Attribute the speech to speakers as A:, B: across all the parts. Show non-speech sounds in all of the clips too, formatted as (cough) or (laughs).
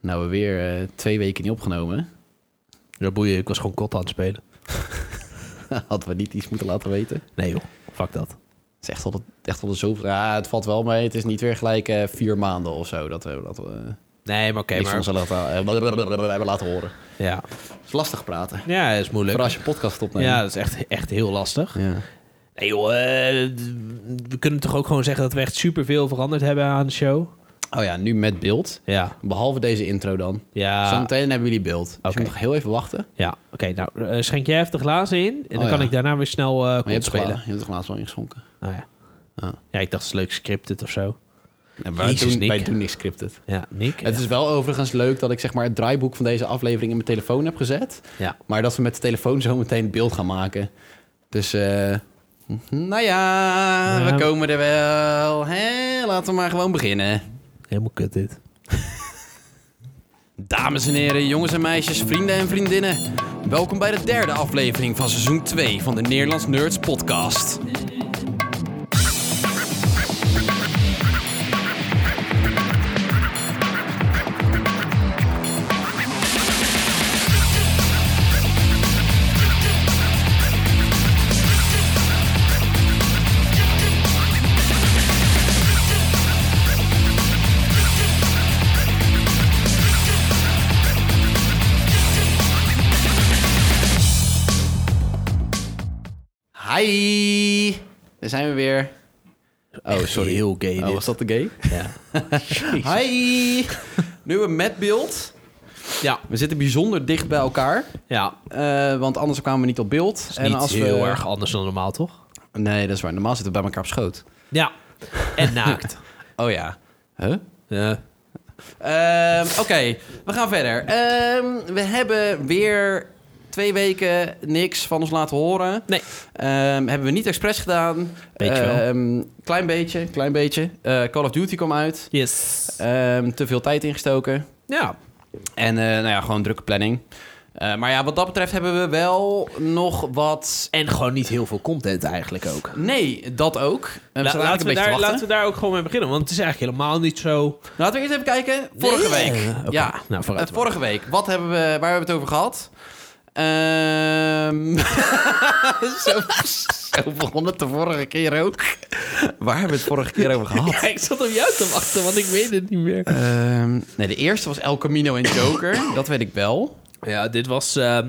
A: Nou, we weer eh, twee weken niet opgenomen. (laughs)
B: Ja, boeien, ik was gewoon kot aan het spelen.
A: Hadden we niet iets moeten laten weten.
B: Nee joh, fuck dat.
A: Het is echt al, de- echt al de zoveel... Ja, het valt wel mee. Het is niet weer gelijk eh, vier maanden of zo dat we, dat we
B: Nee, maar oké,
A: niks van
B: maar...
A: ons laten, eh, blablabla hebben laten horen.
B: Ja.
A: Het is lastig praten.
B: ja, dat is moeilijk.
A: Vooral als je podcast opneemt.
B: Ja, dat is echt, echt heel lastig.
A: Ja.
B: Nee joh, eh, d- we kunnen toch ook gewoon zeggen dat we echt superveel veranderd hebben aan de show?
A: Oh ja, nu met beeld.
B: Ja.
A: Behalve deze intro dan.
B: Ja.
A: Zometeen hebben jullie beeld. Dus
B: Ah. Oké.
A: je moet nog heel even wachten. Maar
B: Ja, oké, nou, eh, schenk jij even de glazen in en dan
A: Oh,
B: kan
A: ja.
B: ik daarna weer snel eh
A: je
B: kot
A: hebt, toch wel-
B: spelen.
A: je hebt toch laatst wel ingeschonken.
B: Nou ja.
A: Ah.
B: ja, ik dacht het is leuk scripted of zo.
A: En wij,
B: Jezus,
A: doen,
B: Nick.
A: wij doen niks scripted.
B: Ja, Nick.
A: Het is wel overigens leuk dat ik zeg maar het draaiboek van deze aflevering in mijn telefoon heb gezet.
B: Ja.
A: Maar dat we met de telefoon zo meteen beeld gaan maken. Dus, eh nou ja,
B: Ja.
A: we komen er wel. Hè? Laten we maar gewoon beginnen.
B: Helemaal kut dit.
A: Dames en heren, jongens en meisjes, vrienden en vriendinnen. Welkom bij de derde aflevering van seizoen 2 van de Nederlands Nerds podcast. Hi, daar zijn we weer. Oh, sorry.
B: Heel gay
A: Oh,
B: dit.
A: was dat de gay?
B: Ja.
A: (laughs) Hi, nu we met beeld. (laughs)
B: ja.
A: We zitten bijzonder dicht bij elkaar.
B: Ja.
A: Eh, want anders kwamen we niet op beeld.
B: Is niet heel erg anders dan normaal, toch?
A: Nee, dat is waar. Normaal zitten we bij elkaar op schoot.
B: Ja. En naakt.
A: Oh ja. Huh?
B: ja.
A: Ehm, Oké, we gaan verder. Ehm, we hebben weer twee weken niks van ons laten horen.
B: Nee.
A: Ehm, hebben we niet expres gedaan.
B: Beetje wel.
A: Ehm, Klein beetje, klein beetje. Eh, Call of Duty kwam uit.
B: Yes.
A: Ehm, te veel tijd ingestoken.
B: Eh, ja.
A: En eh, nou ja, gewoon drukke planning. Eh, maar ja, wat dat betreft hebben we wel nog wat...
B: En gewoon niet heel veel content eigenlijk ook.
A: Nee, dat ook. Eh, we
B: La-
A: zaten eigenlijk een
B: laten, we
A: beetje te
B: daar,
A: wachten.
B: laten we daar ook gewoon mee beginnen. Want het is eigenlijk helemaal niet zo...
A: Laten we eerst even kijken. Vorige
B: Nee.
A: week.
B: Eh, oké.
A: Ja,
B: Nou, vooruit
A: Eh, vorige week. Wat hebben we, waar hebben we het over gehad? Ehm (laughs) zo, zo begon het de vorige keer ook. Waar hebben we het vorige keer over gehad?
B: Ja, ik zat op jou te wachten, want ik weet het niet meer.
A: Ehm, nee, de eerste was El Camino en Joker. dat weet ik wel.
B: Ja, dit was... ehm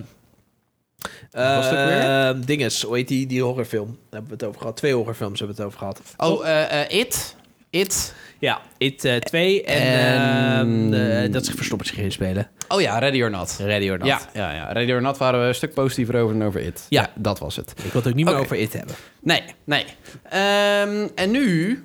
A: was het ook weer?
B: ehm, dinges, hoe heet die, die horrorfilm? Daar hebben we het over gehad. Twee horrorfilms hebben we het over gehad.
A: Oh, eh, eh, It. It.
B: Ja, It 2 en...
A: En-
B: ehm, eh, dat zich verstoppers ging spelen.
A: Oh ja, Ready or Not.
B: Radio Nat.
A: Ja, ja, ja, Ready or Not waren we een stuk positiever over dan over It.
B: Ja.
A: dat was het.
B: Ik wil het ook niet
A: Oké.
B: meer over It hebben.
A: Nee, nee. Ehm, en nu,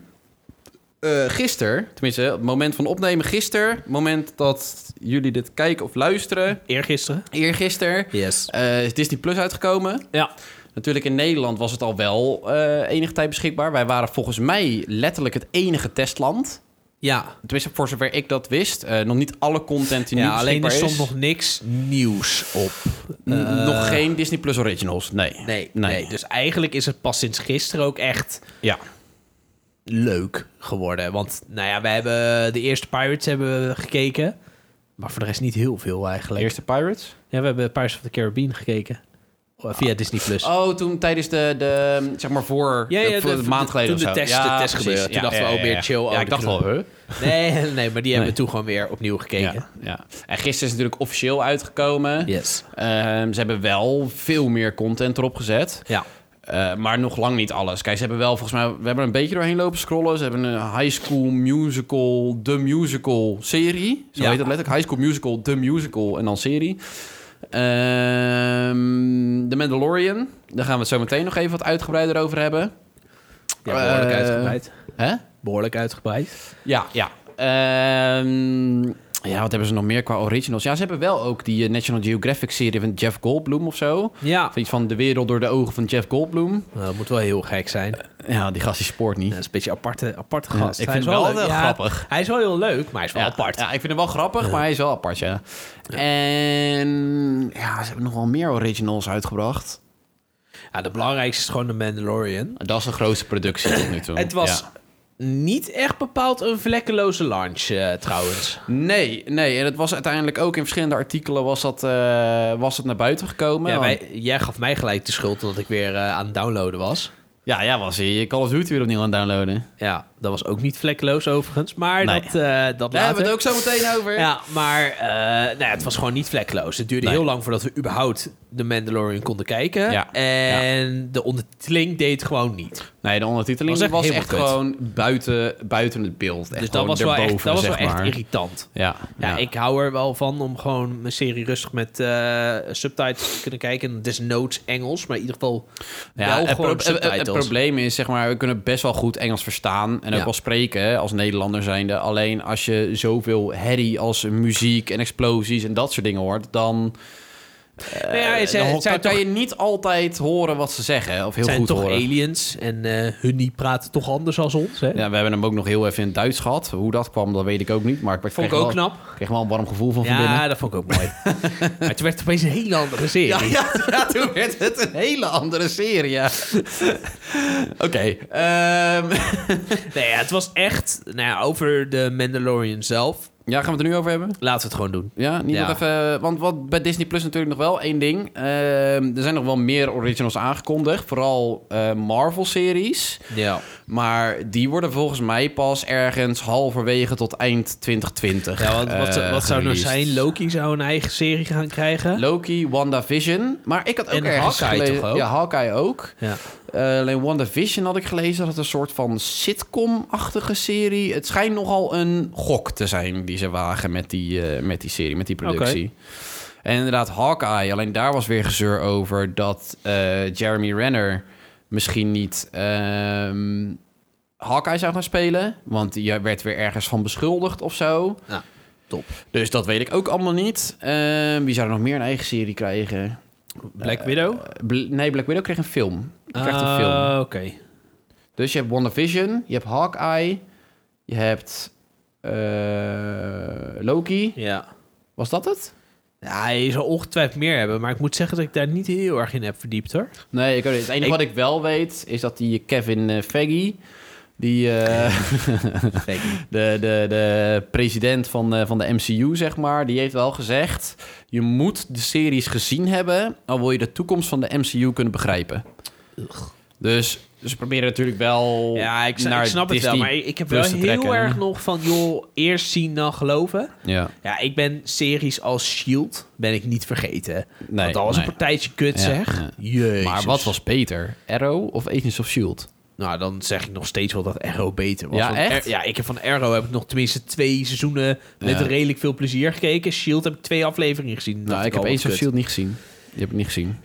A: eh gisteren, tenminste, het moment van opnemen gisteren, het moment dat jullie dit kijken of luisteren,
B: Eergisteren.
A: eergisteren,
B: Yes.
A: eh, is Disney Plus uitgekomen.
B: Ja.
A: Natuurlijk in Nederland was het al wel eh, enige tijd beschikbaar. Wij waren volgens mij letterlijk het enige testland.
B: Ja.
A: Tenminste, voor zover ik dat wist. Eh, nog niet alle content die nu
B: ja alleen er
A: beschikbaar
B: stond
A: is.
B: nog niks nieuws op.
A: N-
B: Eh,
A: nog geen Disney Plus Originals, nee.
B: Nee, nee. Dus eigenlijk is het pas sinds gisteren ook echt
A: Ja.
B: leuk geworden. Want nou ja, we hebben de eerste Pirates hebben we gekeken. Maar voor de rest niet heel veel eigenlijk.
A: Eerste Pirates?
B: Ja, we hebben Pirates of the Caribbean gekeken. Oh, Via Disney Plus.
A: Oh, toen tijdens de, de zeg maar voor,
B: Ja, ja,
A: de, voor
B: de-
A: een maand geleden
B: toen
A: of
B: de
A: zo.
B: test- de test
A: precies.
B: gebeurde. Toen dachten we, oh, weer chill, oh,
A: Ja, ik
B: dat
A: dacht
B: doen
A: wel, huh?
B: Nee, (laughs) nee, maar die hebben
A: Nee.
B: we toen gewoon weer opnieuw gekeken.
A: Ja, ja. En gisteren is natuurlijk officieel uitgekomen.
B: Yes.
A: Ehm, ze hebben wel veel meer content erop gezet.
B: Ja.
A: Eh, maar nog lang niet alles. Kijk, ze hebben wel volgens mij... We hebben er een beetje doorheen lopen scrollen. Ze hebben een High School Musical, The Musical serie. Zo
B: Ja.
A: heet dat letterlijk. High School Musical, The Musical en dan serie. Ehm The Mandalorian. Daar gaan we het zo meteen nog even wat uitgebreider over hebben.
B: Ja, behoorlijk
A: Eh,
B: uitgebreid.
A: Hè?
B: Behoorlijk uitgebreid.
A: Ja, ja. Ehm, ja, wat hebben ze nog meer qua originals? Ja, ze hebben wel ook die eh, National Geographic-serie van Jeff Goldblum of zo.
B: Ja.
A: Of iets van De Wereld door de Ogen van Jeff Goldblum.
B: Nou, dat moet wel heel gek zijn.
A: Ja, die gast die spoort niet.
B: Dat is een beetje een aparte, aparte
A: Ja,
B: gast.
A: ik
B: Hij
A: vind
B: is
A: hem wel
B: leuk.
A: heel
B: Ja,
A: grappig.
B: Hij is wel heel leuk, maar hij is wel apart.
A: Ja, ik vind hem wel grappig, maar hij is wel apart, ja. En ja, ze hebben nog wel meer originals uitgebracht.
B: Ja, de belangrijkste is gewoon de Mandalorian.
A: Dat is de grootste productie tot nu toe.
B: (clears throat) Het was
A: Ja.
B: niet echt bepaald een vlekkeloze launch eh, trouwens.
A: Nee, nee. En het was uiteindelijk ook in verschillende artikelen was dat, eh, was het naar buiten gekomen.
B: Ja,
A: Want-
B: wij- jij gaf mij gelijk de schuld dat ik weer eh, aan het downloaden was.
A: ja, ja, was je. Je Call of Duty weer opnieuw aan het downloaden.
B: Ja, dat was ook niet vlekkeloos overigens, maar
A: Nee.
B: dat, eh dat
A: Daar hebben
B: later.
A: we het ook zo meteen over.
B: Ja, maar eh, nou ja, het was gewoon niet vlekkeloos. Het duurde
A: Nee.
B: heel lang voordat we überhaupt de Mandalorian konden kijken.
A: Ja.
B: En de ondertiteling deed het gewoon niet.
A: Nee, de ondertiteling
B: Was
A: was
B: echt
A: echt,
B: helemaal kut.
A: gewoon buiten, buiten het beeld. Echt
B: dus dat
A: gewoon
B: was wel echt, dat
A: erboven,
B: was wel
A: zeg
B: echt
A: maar.
B: irritant.
A: Ja,
B: Ja, ik hou er wel van om gewoon mijn serie rustig met eh, subtitles te kunnen kijken. Desnoods Engels, maar in ieder geval
A: Ja,
B: wel
A: het,
B: gewoon
A: pro- het- het- het
B: subtitles.
A: probleem is, zeg maar, we kunnen best wel goed Engels verstaan en ook
B: Ja.
A: wel spreken hè, als Nederlander zijnde. Alleen als je zoveel herrie als muziek en explosies en dat soort dingen hoort, dan,
B: Nou ja, het
A: eh,
B: zijn,
A: dan
B: het zijn
A: kan
B: toch,
A: je niet altijd horen wat ze zeggen of heel
B: het zijn
A: goed
B: toch
A: horen.
B: aliens en eh, hun die praten toch anders als ons. Hè?
A: Ja, we hebben hem ook nog heel even in het Duits gehad. Hoe dat kwam, dat weet ik ook niet. Maar ik
B: Vond
A: kreeg
B: ik ook
A: wel,
B: knap.
A: kreeg wel een warm gevoel van van binnen.
B: Ja, dat vond ik ook
A: (laughs)
B: mooi. maar toen werd het opeens een hele andere serie.
A: Ja, ja, (laughs) ja, toen werd het een hele andere serie. ja. (laughs) Oké. ehm, (laughs)
B: Nee, ja, het was echt... Nou ja, over de Mandalorian zelf.
A: ja, gaan we het er nu over hebben?
B: Laten we het gewoon doen.
A: Ja, niet
B: Ja.
A: nog even. Want wat bij Disney Plus natuurlijk nog wel één ding. Ehm, er zijn nog wel meer originals aangekondigd. Vooral eh, Marvel-series.
B: Ja.
A: Maar die worden volgens mij pas ergens halverwege tot eind 2020.
B: ja want wat,
A: eh,
B: wat zou nou
A: gereleased.
B: zijn? Loki zou een eigen serie gaan krijgen.
A: Loki, WandaVision. Maar ik had ook
B: En
A: ergens
B: Hawkeye
A: gelezen...
B: toch ook?
A: Ja, Hawkeye ook.
B: Ja.
A: Eh, alleen WandaVision had ik gelezen dat het een soort van sitcom-achtige serie... Het schijnt nogal een gok te zijn die ze wagen met die, eh, met die serie, met die productie. En inderdaad Hawkeye, alleen daar was weer gezeur over dat eh, Jeremy Renner misschien niet... ehm, Hawkeye zou gaan spelen, want die werd weer ergens van beschuldigd of zo.
B: Ja, top.
A: Dus dat weet ik ook allemaal niet. Ehm, wie zou er nog meer een eigen serie krijgen? Eh,
B: Black Widow?
A: Bl- nee, Black Widow kreeg een film. Die krijgt een
B: Ah,
A: film.
B: Oké.
A: Dus je hebt WandaVision, je hebt Hawkeye, je hebt eh, Loki.
B: Ja.
A: Was dat het?
B: Ja, je zou ongetwijfeld meer hebben, maar ik moet zeggen dat ik daar niet heel erg in heb verdiept hoor.
A: Nee, ik weet niet. Het enige
B: Ik-
A: wat ik wel weet is dat die Kevin eh, Feige, die eh, (laughs) de, de, de president van, eh, van de MCU, zeg maar, die heeft wel gezegd: je moet de series gezien hebben, al wil je de toekomst van de MCU kunnen begrijpen. Dus ze proberen natuurlijk wel.
B: ja, ik, sna-
A: naar
B: ik snap het wel,
A: Disney
B: maar ik, ik heb
A: Plus
B: wel
A: te
B: heel
A: trekken.
B: erg nog van joh, eerst zien dan geloven.
A: Ja,
B: Ja, ik ben series als Shield E ben ik niet vergeten.
A: nee.
B: Want dat was
A: nee.
B: een partijtje kut
A: Ja,
B: zeg.
A: ja.
B: Jezus.
A: Maar wat was beter? Arrow of Agents of S.H.I.E.L.D.?
B: Nou, dan zeg ik nog steeds wel dat Arrow beter was.
A: Ja,
B: Want
A: echt?
B: Ar- ja, ik heb van Arrow heb ik nog tenminste twee seizoenen met
A: Ja.
B: redelijk veel plezier gekeken. Shield E heb ik twee afleveringen gezien. Dat
A: Nou, ik heb
B: al
A: Agents of
B: kut.
A: S.H.I.E.L.D. niet gezien. Die heb ik niet gezien.
B: (clears throat)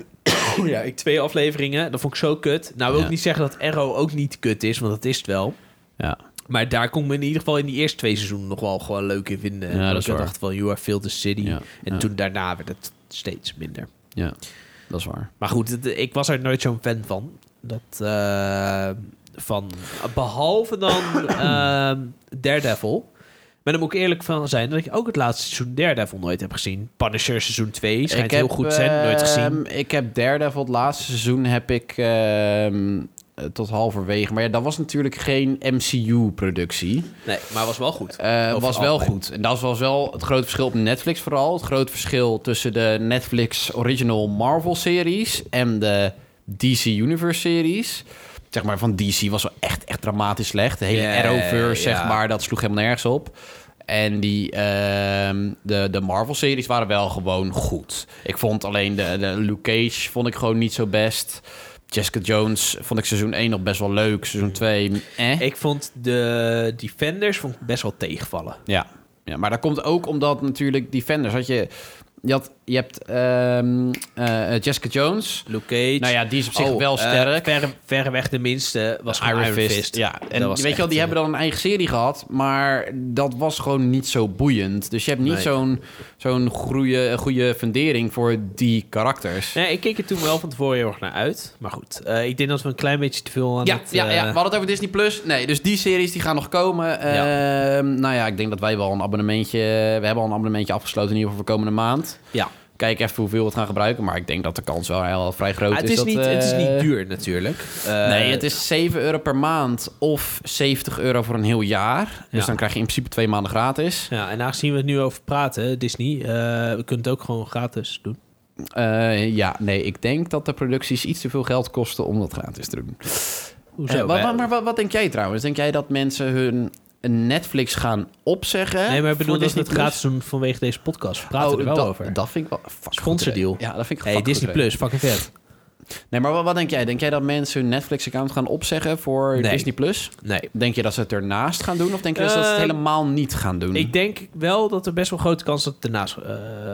B: Ja, ik twee afleveringen. Dat vond ik zo kut. Nou wil
A: Ja.
B: ik niet zeggen dat Arrow ook niet kut is, want dat is het wel.
A: Ja.
B: Maar daar kon ik me in ieder geval in die eerste twee seizoenen nog wel gewoon leuk in vinden.
A: Ja,
B: Want
A: dat is
B: ik
A: waar.
B: dacht van, you are Phil the City.
A: Ja,
B: En
A: ja.
B: toen daarna werd het steeds minder.
A: Ja, dat is waar.
B: Maar goed, het- ik was er nooit zo'n fan van. Dat, eh, van behalve dan
A: (clears throat)
B: ehm, Daredevil. Maar dan moet ik eerlijk van zijn dat ik ook het laatste seizoen Daredevil nooit heb gezien. Punisher seizoen 2 schijnt heel goed te zijn, nooit gezien.
A: ehm, ik heb Daredevil, het laatste seizoen heb ik ehm, eh, tot halverwege. Maar ja, dat was natuurlijk geen MCU-productie.
B: Nee, maar was wel goed.
A: Eh,
B: Over
A: was
B: het
A: wel
B: algemeen.
A: goed. En dat was wel het grote verschil op Netflix vooral. Het grote verschil tussen de Netflix Original Marvel series en de DC Universe series. Zeg maar, van DC was wel echt, echt dramatisch slecht. De hele
B: Ja,
A: Arrowverse,
B: ja.
A: zeg maar, dat sloeg helemaal nergens op. En die, ehm, de, de Marvel-series waren wel gewoon goed. Ik vond alleen de, de Luke Cage vond ik gewoon niet zo best. Jessica Jones vond ik seizoen 1 nog best wel leuk. Seizoen 2, eh.
B: (laughs) Ik vond de Defenders vond ik best wel tegenvallen.
A: Ja. ja, maar dat komt ook omdat natuurlijk Defenders had je... Je, had, je hebt ehm, eh, Jessica Jones.
B: Luke Cage.
A: Nou ja, die is op zich
B: Oh,
A: wel
B: eh,
A: sterk.
B: verre, verreweg de minste was gewoon Iron, Fist.
A: Ja,
B: Dat
A: en
B: was
A: weet je wel,
B: echt,
A: die hebben dan een eigen serie gehad, maar dat was gewoon niet zo boeiend. Dus je hebt niet
B: Nee.
A: zo'n zo'n goede, goede fundering voor die karakters.
B: Nee, ik keek er toen wel van tevoren heel erg naar uit. Maar goed, eh, ik denk dat we een klein beetje te veel aan
A: Ja,
B: het...
A: ja,
B: eh,
A: ja, we hadden het over Disney Plus. Nee, dus die series die gaan nog komen. Ehm, nou ja, ik denk dat wij wel een abonnementje. We hebben al een abonnementje afgesloten in ieder geval voor komende maand.
B: ja.
A: Kijk even hoeveel we het gaan gebruiken. Maar ik denk dat de kans wel heel, vrij groot
B: Ah, het, is
A: dat,
B: niet, het is
A: eh,
B: niet duur natuurlijk. Eh,
A: nee, het is 7 euro per maand of 70 euro voor een heel jaar. Dus
B: Ja.
A: dan krijg je in principe twee maanden gratis.
B: Ja, en aangezien we het nu over praten, Disney, eh, we kunnen het ook gewoon gratis doen.
A: Eh, ja, nee, ik denk dat de producties iets te veel geld kosten om dat gratis te doen.
B: Hoezo?
A: Eh, maar
B: Wij-
A: maar, maar wat, wat denk jij trouwens? Denk jij dat mensen hun Netflix gaan opzeggen?
B: nee, maar ik bedoel
A: voor
B: dat we
A: Disney
B: het gratis doen vanwege deze podcast. We praten
A: Oh,
B: er wel
A: dat,
B: over.
A: Dat vind ik wel... fuck,
B: Sponsordeal.
A: goed, eh. Ja, dat vind ik
B: hey,
A: fuck goed,
B: Disney
A: eh.
B: Plus, fucking vet.
A: Nee, maar wat, wat denk jij? Denk jij dat mensen hun Netflix-account gaan opzeggen voor
B: Nee.
A: Disney Plus?
B: Nee.
A: Denk je dat ze het ernaast gaan doen? Of denk je dat ze het
B: Ehm,
A: helemaal niet gaan doen?
B: Ik denk wel dat er best wel grote kans dat het ernaast eh,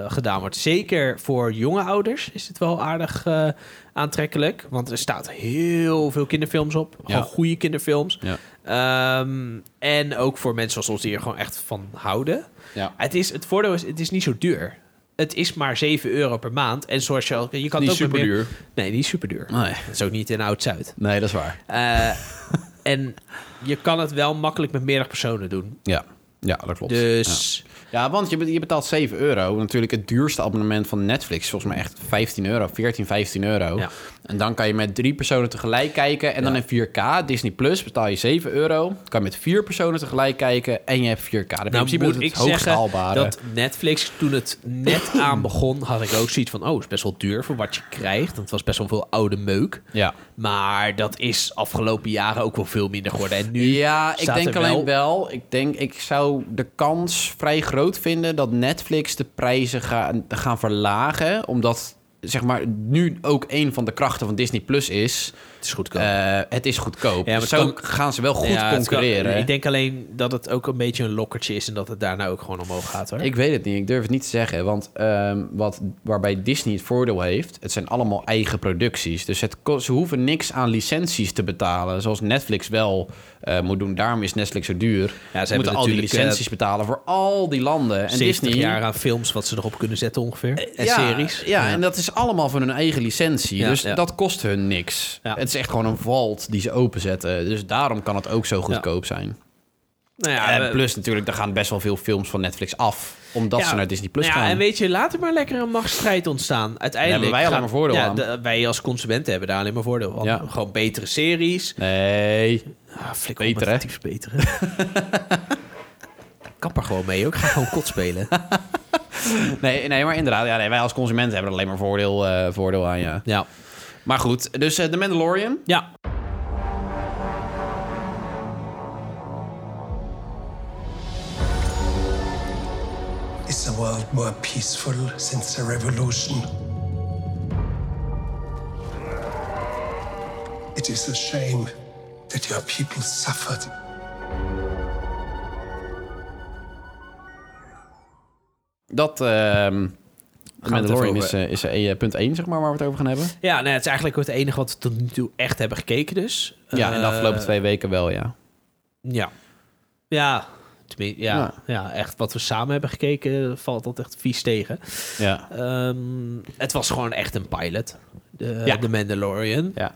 B: gedaan wordt. Zeker voor jonge ouders is het wel aardig eh, aantrekkelijk. Want er staat heel veel kinderfilms op. Gewoon
A: Ja.
B: goede kinderfilms.
A: Ja.
B: Ehm, en ook voor mensen zoals ons die er gewoon echt van houden.
A: Ja.
B: Het, is, het voordeel is, het is niet zo duur. Het is maar 7 euro per maand. En zoals je al... Je kan het ook met meer-
A: duur.
B: Nee, die is super duur.
A: Nee.
B: Dat is ook niet in Oud-Zuid.
A: nee, dat is waar.
B: Eh, en je kan het wel makkelijk met meerdere personen doen.
A: Ja, ja dat klopt.
B: Dus
A: Ja, ja want je, be- je betaalt 7 euro. Natuurlijk het duurste abonnement van Netflix. is Volgens mij echt 15 euro, 14, 15 euro.
B: Ja.
A: En dan kan je met drie personen tegelijk kijken. En dan in 4K, Disney Plus, betaal je 7 euro. Kan je met vier personen tegelijk kijken en je hebt 4K. Dat in
B: nou
A: principe
B: moet
A: het
B: ik
A: hoogst
B: zeggen
A: haalbare.
B: dat Netflix toen het
A: (clears throat)
B: net aan begon... had ik ook zoiets van, oh, is best wel duur voor wat je krijgt. Want het was best wel veel oude meuk.
A: Ja.
B: Maar dat is afgelopen jaren ook wel veel minder geworden. En nu
A: Ja, ik
B: staat
A: denk
B: er
A: alleen wel. Ik denk, ik zou de kans vrij groot vinden dat Netflix de prijzen gaan, gaan verlagen. Omdat, zeg maar, nu ook een van de krachten van Disney Plus is.
B: Het is goedkoop.
A: eh, het is goedkoop. Dus
B: Ja, maar het
A: Zo
B: kan-
A: gaan ze wel goed
B: Ja, het kan-
A: concurreren.
B: ik denk alleen dat het ook een beetje een lokkertje is... en dat het daarna ook gewoon omhoog gaat, hoor.
A: Ik weet het niet, ik durf het niet te zeggen. Want ehm, wat, waarbij Disney het voordeel heeft, het zijn allemaal eigen producties. Dus het, ko- ze hoeven niks aan licenties te betalen, zoals Netflix wel eh, moet doen. Daarom is Netflix zo duur.
B: hebben
A: ze moeten al die
B: natuurlijk, eh,
A: licenties betalen voor al die landen. En
B: 70
A: Disney... Eh,
B: jaar aan films wat ze erop kunnen zetten ongeveer. En
A: ja,
B: series.
A: Ja, en dat is allemaal van hun eigen licentie.
B: Ja,
A: dus
B: ja.
A: dat kost hun niks.
B: Ja.
A: Het is echt gewoon een vault die ze openzetten. Dus daarom kan het ook zo goedkoop zijn.
B: nou
A: En
B: we-
A: plus natuurlijk, er gaan best wel veel films van Netflix af. Omdat
B: ja,
A: ze naar Disney Plus
B: nou ja,
A: gaan.
B: En weet je, laat er maar lekker een machtsstrijd ontstaan. Uiteindelijk
A: Daar hebben wij
B: gaan-
A: alleen maar voordeel
B: ja,
A: aan.
B: de- wij als consumenten hebben daar alleen maar voordeel van.
A: Ja.
B: Gewoon betere series.
A: Nee.
B: Ah, flikker op
A: Beter,
B: met
A: hè?
B: tyfus betere. (laughs) Kapper gewoon mee, ook. Ga gewoon kot
A: (laughs)
B: spelen.
A: Nee, nee, maar inderdaad. Ja, nee, wij als consumenten hebben er alleen maar voordeel, eh, voordeel aan, ja.
B: ja.
A: Maar goed, dus eh The Mandalorian.
B: Ja.
C: Is the world more peaceful since the revolution? It is a shame that your people suffered.
A: Dat... ehm The
B: het
A: Mandalorian
B: even
A: is, eh, is eh, punt 1, zeg maar, waar we het over gaan hebben.
B: ja, nou, het is eigenlijk het enige wat we tot nu toe echt hebben gekeken dus.
A: Ja, in de
B: Eh,
A: afgelopen twee weken wel, ja.
B: Ja. Ja. Tenmin- Ja, ja.
A: Ja.
B: echt wat we samen hebben gekeken eh, valt dat echt vies tegen.
A: Ja.
B: Ehm, het was gewoon echt een pilot, de,
A: Ja.
B: de Mandalorian.
A: Ja,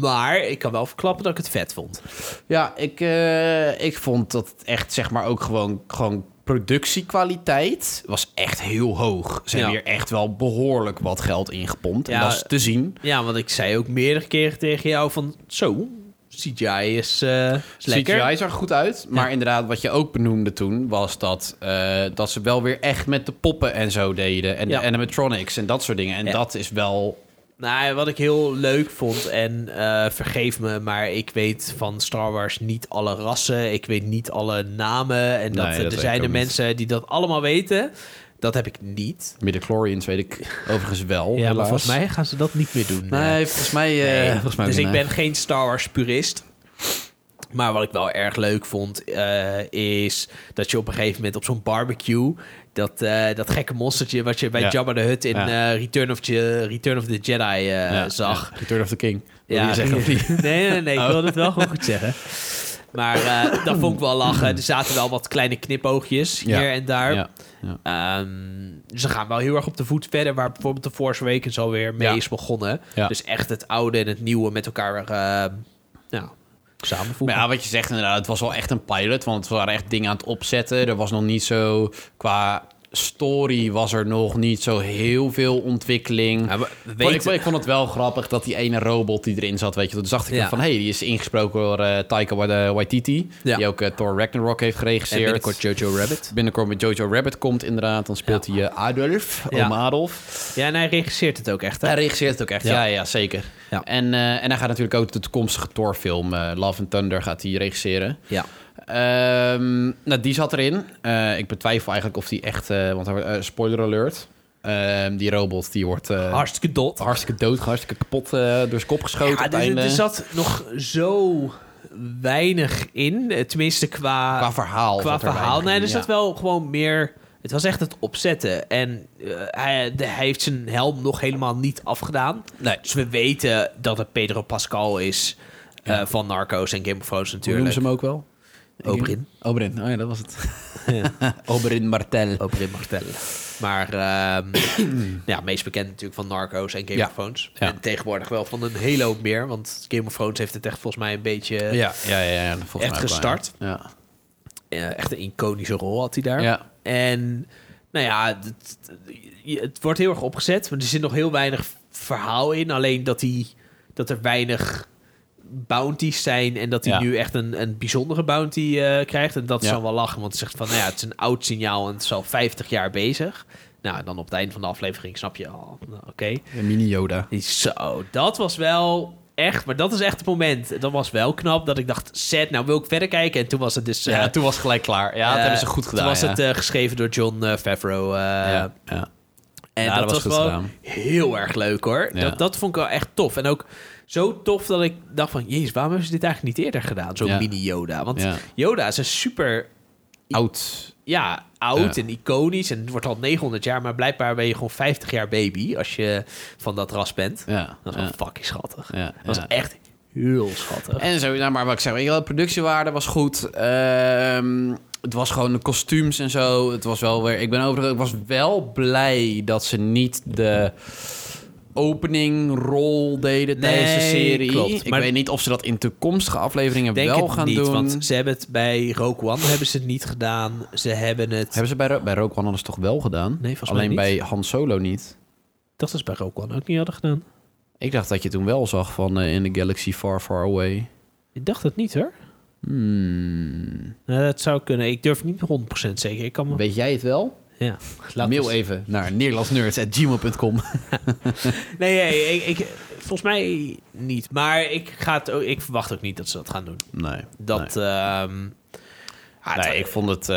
B: Maar ik kan wel verklappen dat ik het vet vond.
A: ja ik, eh, ik vond dat het echt, zeg maar, ook gewoon... gewoon productiekwaliteit was echt heel hoog. Ze
B: Ja.
A: hebben hier echt wel behoorlijk wat geld ingepompt.
B: Ja.
A: En dat is te zien.
B: Ja, want ik zei ook meerdere keren tegen jou van... Zo, CGI is, eh, is lekker.
A: CGI zag er goed uit. Maar inderdaad, wat je ook benoemde toen... was dat, eh, dat ze wel weer echt met de poppen en zo deden. En
B: Ja.
A: de animatronics en dat soort dingen. En
B: Ja.
A: dat is wel...
B: Nou, wat ik heel leuk vond, en eh, vergeef me, maar ik weet van Star Wars niet alle rassen. Ik weet niet alle namen. En dat, eh,
A: Nee, dat
B: er
A: weet
B: zijn
A: ik
B: er
A: ook niet.
B: mensen die dat allemaal weten. Dat heb ik niet.
A: Midichlorians weet ik overigens wel.
B: Ja, maar
A: helaas.
B: volgens mij gaan ze dat niet meer doen. eh.
A: Nee, volgens mij... eh,
B: Nee,
A: volgens mij
B: dus
A: ook
B: ik
A: niet,
B: ben geen Star Wars purist. Maar wat ik wel erg leuk vond, eh, is dat je op een gegeven moment op zo'n barbecue... dat, eh, dat gekke monstertje wat je bij
A: Ja.
B: Jabba the Hutt in
A: Ja.
B: eh, Return, of Je- Return of the Jedi eh,
A: nee. Ja,
B: zag.
A: ja. Return of the King. Wil je zeggen
B: (laughs)
A: of niet? Oh.
B: Nee, nee, nee, ik wil het wel gewoon goed zeggen. Maar eh, dat vond ik wel lachen. Er zaten wel wat kleine knipoogjes
A: Ja.
B: hier en daar.
A: Ja, ja.
B: Ehm, ze gaan wel heel erg op de voet verder, waar bijvoorbeeld de Force Awakens alweer mee
A: Ja.
B: is begonnen.
A: Ja.
B: Dus echt het oude en het nieuwe met elkaar eh, ja, samenvoegen.
A: Maar ja, wat je zegt inderdaad, het was wel echt een pilot. Want we waren echt dingen aan het opzetten. Er was nog niet zo qua story was er nog niet zo heel veel ontwikkeling.
B: Ja, maar
A: Maar
B: weet-
A: ik, ik vond het wel grappig dat die ene robot die erin zat, weet je. Toen dacht ik
B: Ja.
A: van, hé, hey, die is ingesproken door eh, Taika Wa- Waititi.
B: Ja.
A: Die ook eh, Thor Ragnarok heeft
B: En
A: geregisseerd.
B: binnenkort Jojo Rabbit.
A: Binnenkort met Jojo Rabbit komt inderdaad. Dan speelt hij eh, Adolf,
B: Ja.
A: oom Adolf.
B: Ja, en hij regisseert het ook echt. Hè?
A: Hij regisseert het ook echt, ja,
B: Ja.
A: ja, zeker.
B: Ja.
A: En, eh, en hij gaat natuurlijk ook de toekomstige Thor-film, eh, Love and Thunder, gaat hij regisseren.
B: Ja.
A: Ehm, nou, die zat erin. Eh, ik betwijfel eigenlijk of die echt... eh, want hij wordt- eh, spoiler alert. Ehm, die robot, die wordt eh,
B: Hartstikke dot.
A: hartstikke dood, hartstikke kapot eh, door zijn kop geschoten.
B: Ja,
A: op het
B: er,
A: einde.
B: er zat nog zo weinig in. Eh, Tenminste, qua,
A: Qua verhaal. dus
B: qua
A: zat er
B: verhaal.
A: weinig
B: Nee,
A: in,
B: er
A: ja.
B: zat wel gewoon meer... Het was echt het opzetten. En eh, hij, de- hij heeft zijn helm nog helemaal niet afgedaan.
A: Nee.
B: Dus we weten dat het Pedro Pascal is eh, van Narcos en Game of Thrones
A: Hoe noemen
B: natuurlijk.
A: ze hem ook wel?
B: Oberyn.
A: Oberin, oh ja, dat was het. (laughs)
B: (laughs)
A: Oberin Martel.
B: Oberyn Martell. Maar ehm,
A: (coughs)
B: ja, meest bekend natuurlijk van Narcos en Game
A: Ja.
B: of Thrones.
A: Ja.
B: En tegenwoordig wel van een hele hoop meer. Want Game of Thrones heeft het echt volgens mij een beetje...
A: Ja, ja, ja. ja volgens mij ook wel, ja.
B: gestart?
A: Ja.
B: eh, echt een iconische rol had hij daar.
A: Ja.
B: En nou ja, het, het wordt heel erg opgezet, maar er zit nog heel weinig verhaal in. Alleen dat, hij, dat er weinig bounties zijn en dat hij
A: Ja.
B: nu echt een, een bijzondere bounty eh, krijgt. En dat is
A: Ja.
B: dan wel lachen, want het zegt van, nou ja, het is een oud signaal en het is al 50 jaar bezig. Nou, en dan op het eind van de aflevering snap je al, nou, oké.
A: Een Mini-Yoda.
B: Zo, dat was wel echt, maar dat is echt het moment. Dat was wel knap dat ik dacht, set, nou wil ik verder kijken. En toen was het dus... eh,
A: toen was het gelijk klaar. Ja,
B: eh,
A: dat hebben ze goed gedaan.
B: Toen was
A: ja.
B: het eh, geschreven door John eh, Favreau. eh,
A: ja, ja.
B: En
A: Ja,
B: dat,
A: dat was
B: was,
A: goed
B: wel
A: gedaan.
B: heel erg leuk hoor.
A: Ja.
B: Dat, dat vond ik wel echt tof. En ook zo tof dat ik dacht van... Jezus, waarom hebben ze dit eigenlijk niet eerder gedaan? Zo'n
A: Ja.
B: mini-Yoda. Want
A: Ja.
B: Yoda is een super
A: Oud.
B: ja, oud
A: Ja.
B: en iconisch. En het wordt al 900 jaar. Maar blijkbaar ben je gewoon 50 jaar baby als je van dat ras bent.
A: Ja,
B: Dat is wel
A: ja.
B: fucking schattig.
A: Ja,
B: Dat was
A: ja.
B: echt heel schattig.
A: En zo, nou, maar wat ik zeg, weet je wel, de productiewaarde was goed. Ehm, het was gewoon de kostuums en zo. Het was wel weer. Ik ben overigens. Ik was wel blij dat ze niet de openingrol deden
B: Nee,
A: tijdens de serie.
B: klopt.
A: ik
B: Maar-
A: weet niet of ze dat in toekomstige afleveringen
B: Denk
A: wel
B: het
A: gaan
B: niet,
A: doen.
B: want ze hebben het bij Rogue One hebben ze het niet gedaan. Ze hebben het...
A: Hebben ze bij, Ro- bij Rogue One hadden ze toch wel gedaan?
B: Nee, volgens mij
A: Alleen
B: niet.
A: bij Han Solo niet.
B: Dat is bij Rogue One ook niet hadden gedaan.
A: Ik dacht dat je toen wel zag van eh, In the Galaxy Far Far Away.
B: Ik dacht het niet hoor.
A: Hmm.
B: Nou, dat zou kunnen. Ik durf niet 100% zeker. Ik kan me...
A: Weet jij het wel?
B: Ja.
A: Mail
B: eens.
A: even naar neerlandsnerds.gmail.com.
B: Nee, nee, ik, ik, volgens mij niet. Maar ik, ga het ook, ik verwacht ook niet dat ze dat gaan doen.
A: Nee.
B: Dat... ehm ah, het-
A: Nee, ik vond het... eh,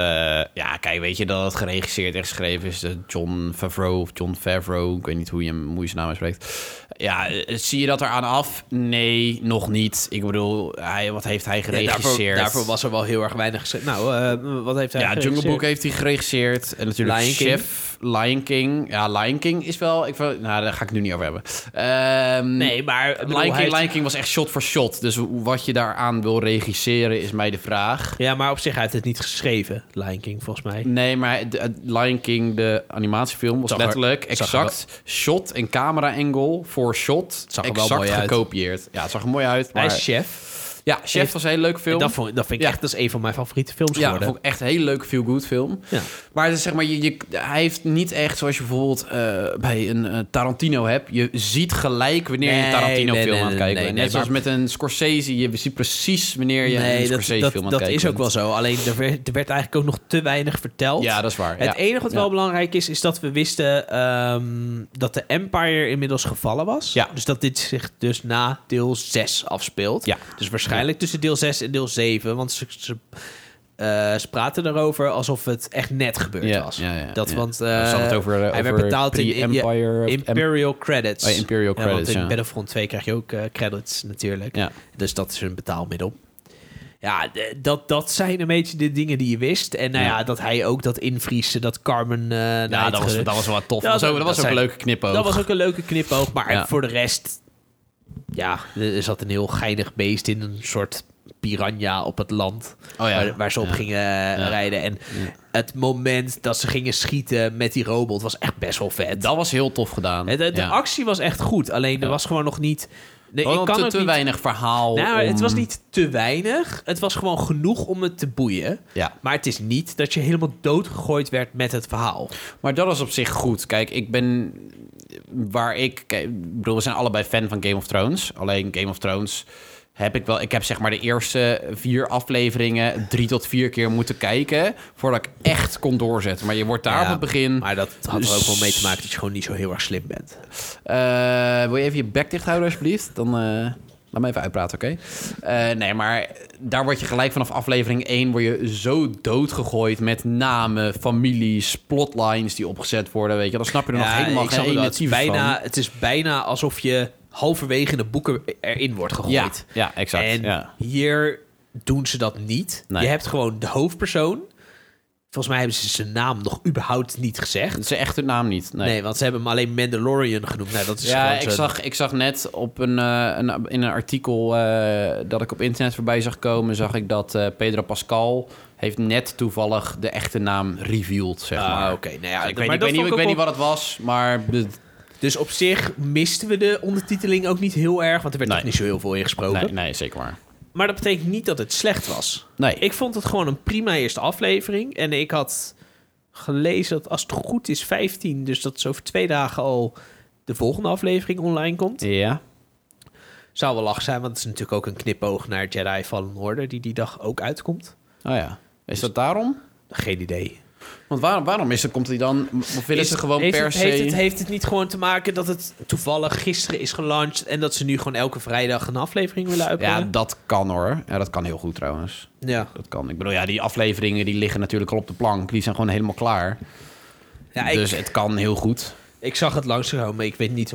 A: ja, kijk, weet je dat het geregisseerd en geschreven is... door John Favreau of John Favreau. Ik weet niet hoe je, hem, hoe je zijn naam spreekt. Ja, eh, zie je dat eraan af? Nee, nog niet. Ik bedoel, hij, wat heeft hij
B: ja,
A: geregisseerd?
B: daarvoor, daarvoor was er wel heel erg weinig geschreven. Nou, eh, wat heeft hij
A: Ja, Jungle
B: geregisseerd?
A: Book heeft hij geregisseerd. En natuurlijk
B: Lion King.
A: Chef, Lion King. Ja, Lion King is wel... Ik, wil- nou, daar ga ik nu niet over hebben. Ehm,
B: Nee, maar... ik bedoel,
A: Lion
B: hij
A: King,
B: heeft-
A: Lion King was echt shot voor shot. Dus hoe- wat je daaraan wil regisseren is mij de vraag.
B: Ja, maar op zich hij heeft het niet geschreven. Lion King, volgens mij.
A: Nee, maar de- het Lion King, de animatiefilm, was
B: Zag er-
A: letterlijk
B: zag er
A: exact shot en camera angle voor shot
B: Zag er wel
A: exact
B: mooi uit.
A: gekopieerd. Ja, het zag er mooi uit. Maar...
B: Hij is chef.
A: ja, Chef was een hele leuke film.
B: Dat, vond, dat vind ik
A: Ja.
B: echt... Dat is een van mijn favoriete films
A: ja, dat
B: geworden.
A: vond ik echt een hele leuke feel-good film.
B: Ja.
A: Maar, het is zeg maar je, je, hij heeft niet echt, zoals je bijvoorbeeld eh, bij een eh, Tarantino hebt... je ziet gelijk wanneer je
B: Nee,
A: een Tarantino-film
B: nee, nee,
A: aan het kijken
B: nee,
A: bent.
B: nee,
A: Net zoals
B: maar-
A: met een Scorsese, je ziet precies wanneer je een
B: dat,
A: Scorsese-film
B: dat,
A: aan het
B: dat
A: kijken
B: is ook
A: bent.
B: wel zo. Alleen er werd, er werd eigenlijk ook nog te weinig verteld.
A: Ja, dat is waar.
B: Het
A: ja.
B: enige wat
A: Ja.
B: wel belangrijk is, is dat we wisten ehm, dat de Empire inmiddels gevallen was.
A: Ja.
B: Dus dat dit zich dus na deel 6 afspeelt.
A: Ja.
B: Dus waarschijnlijk tussen deel 6 en deel 7. Want ze, ze, eh, ze praten erover alsof het echt net gebeurd
A: Ja,
B: was.
A: ja, ja,
B: dat,
A: ja.
B: Want eh,
A: Dan zal het over, eh,
B: hij werd
A: over
B: betaald in, in- ja,
A: pre-Empire of em-
B: Imperial Credits.
A: Oh, Imperial
B: Ja, want
A: Credits,
B: in
A: ja.
B: Battlefront 2 krijg je ook eh, credits natuurlijk.
A: Ja.
B: Dus dat is hun betaalmiddel. Ja, d- dat, dat zijn een beetje de dingen die je wist. En nou ja,
A: Ja.
B: dat hij ook dat invriezen, dat Carmen... eh,
A: Ja,
B: Knight
A: dat was,
B: ge-
A: dat was wel wat tof.
B: Ja,
A: dat was ook,
B: dat-
A: dat was
B: dat
A: ook een
B: zijn-
A: leuke knipoog.
B: dat was ook een leuke knipoog. Maar
A: Ja.
B: voor de rest... Ja, er zat een heel geinig beest in. Een soort piranha op het land.
A: Oh ja.
B: waar, waar ze op
A: Ja.
B: gingen eh, rijden. En het moment dat ze gingen schieten met die robot was echt best wel vet.
A: Dat was heel tof gedaan.
B: Hè, De, de
A: Ja.
B: actie was echt goed. Alleen er was gewoon nog niet Nee,
A: Gewoon
B: ik kan
A: te,
B: ook
A: te
B: niet...
A: weinig verhaal.
B: Nou,
A: om-
B: het was niet te weinig. Het was gewoon genoeg om het te boeien.
A: Ja.
B: Maar het is niet dat je helemaal doodgegooid werd met het verhaal.
A: Maar dat is op zich goed. Kijk, ik ben waar ik. Kijk, ik bedoel, we zijn allebei fan van Game of Thrones. Alleen Game of Thrones heb ik wel. Ik heb zeg maar de eerste vier afleveringen drie tot vier keer moeten kijken. voordat ik echt kon doorzetten. Maar je wordt daar
B: Ja,
A: op het begin.
B: Maar dat had er ook wel mee te maken dat je gewoon niet zo heel erg slim bent.
A: Eh, wil je even je bek dicht houden, alsjeblieft? Dan eh, laat me even uitpraten, oké? Eh, nee, maar daar word je gelijk vanaf aflevering 1 word je zo doodgegooid met namen, families, plotlines die opgezet worden. Weet je, dan snap je er nog helemaal
B: ik snap
A: geen
B: het
A: ene
B: wel.
A: tyfus
B: het, is
A: van.
B: bijna, het is bijna alsof je halverwege de boeken erin wordt
A: Ja,
B: gegooid.
A: ja, exact.
B: en
A: ja.
B: hier doen ze dat niet.
A: Nee.
B: Je hebt gewoon de hoofdpersoon. Volgens mij hebben ze zijn naam nog überhaupt niet gezegd.
A: Het is echt de naam niet. Nee.
B: Nee, want ze hebben hem alleen Mandalorian genoemd. Nou, dat is
A: Ja,
B: gewoon
A: ik
B: zo'n-
A: zag, ik zag net op een, eh, een, in een artikel eh, dat ik op internet voorbij zag komen, zag ik dat eh, Pedro Pascal heeft net toevallig de echte naam revealed, zeg
B: Ah,
A: maar.
B: oké. Nou ja,
A: Ja,
B: dat-
A: ik weet,
B: maar
A: niet,
B: dat
A: ik weet, niet,
B: vond
A: ik weet
B: ook
A: niet
B: wel-
A: wat het was, maar... de-
B: Dus op zich misten we de ondertiteling ook niet heel erg, want er werd
A: Nee.
B: toch niet zo heel veel ingesproken.
A: Nee, nee, zeker waar.
B: Maar dat betekent niet dat het slecht was.
A: Nee.
B: Ik vond het gewoon een prima eerste aflevering. En ik had gelezen dat als het goed is 15, dus dat is over twee dagen al de volgende aflevering online komt.
A: Ja.
B: Zou wel lach zijn, want het is natuurlijk ook een knipoog naar Jedi Fallen Order, die die dag ook uitkomt.
A: Oh ja. Is dat daarom?
B: Geen idee.
A: Want waarom, waarom is het, komt hij dan... Of willen
B: Is-
A: ze gewoon
B: heeft
A: per
B: het,
A: se...
B: Heeft het, heeft het niet gewoon te maken dat het toevallig gisteren is gelanceerd en dat ze nu gewoon elke vrijdag een aflevering willen
A: ja,
B: uitbrengen?
A: dat kan hoor. Ja, dat kan heel goed trouwens.
B: ja.
A: Dat kan. Ik bedoel, ja, die afleveringen die liggen natuurlijk al op de plank. Die zijn gewoon helemaal klaar.
B: ja ik,
A: dus het kan heel goed.
B: ik zag het langskomen, maar ik weet niet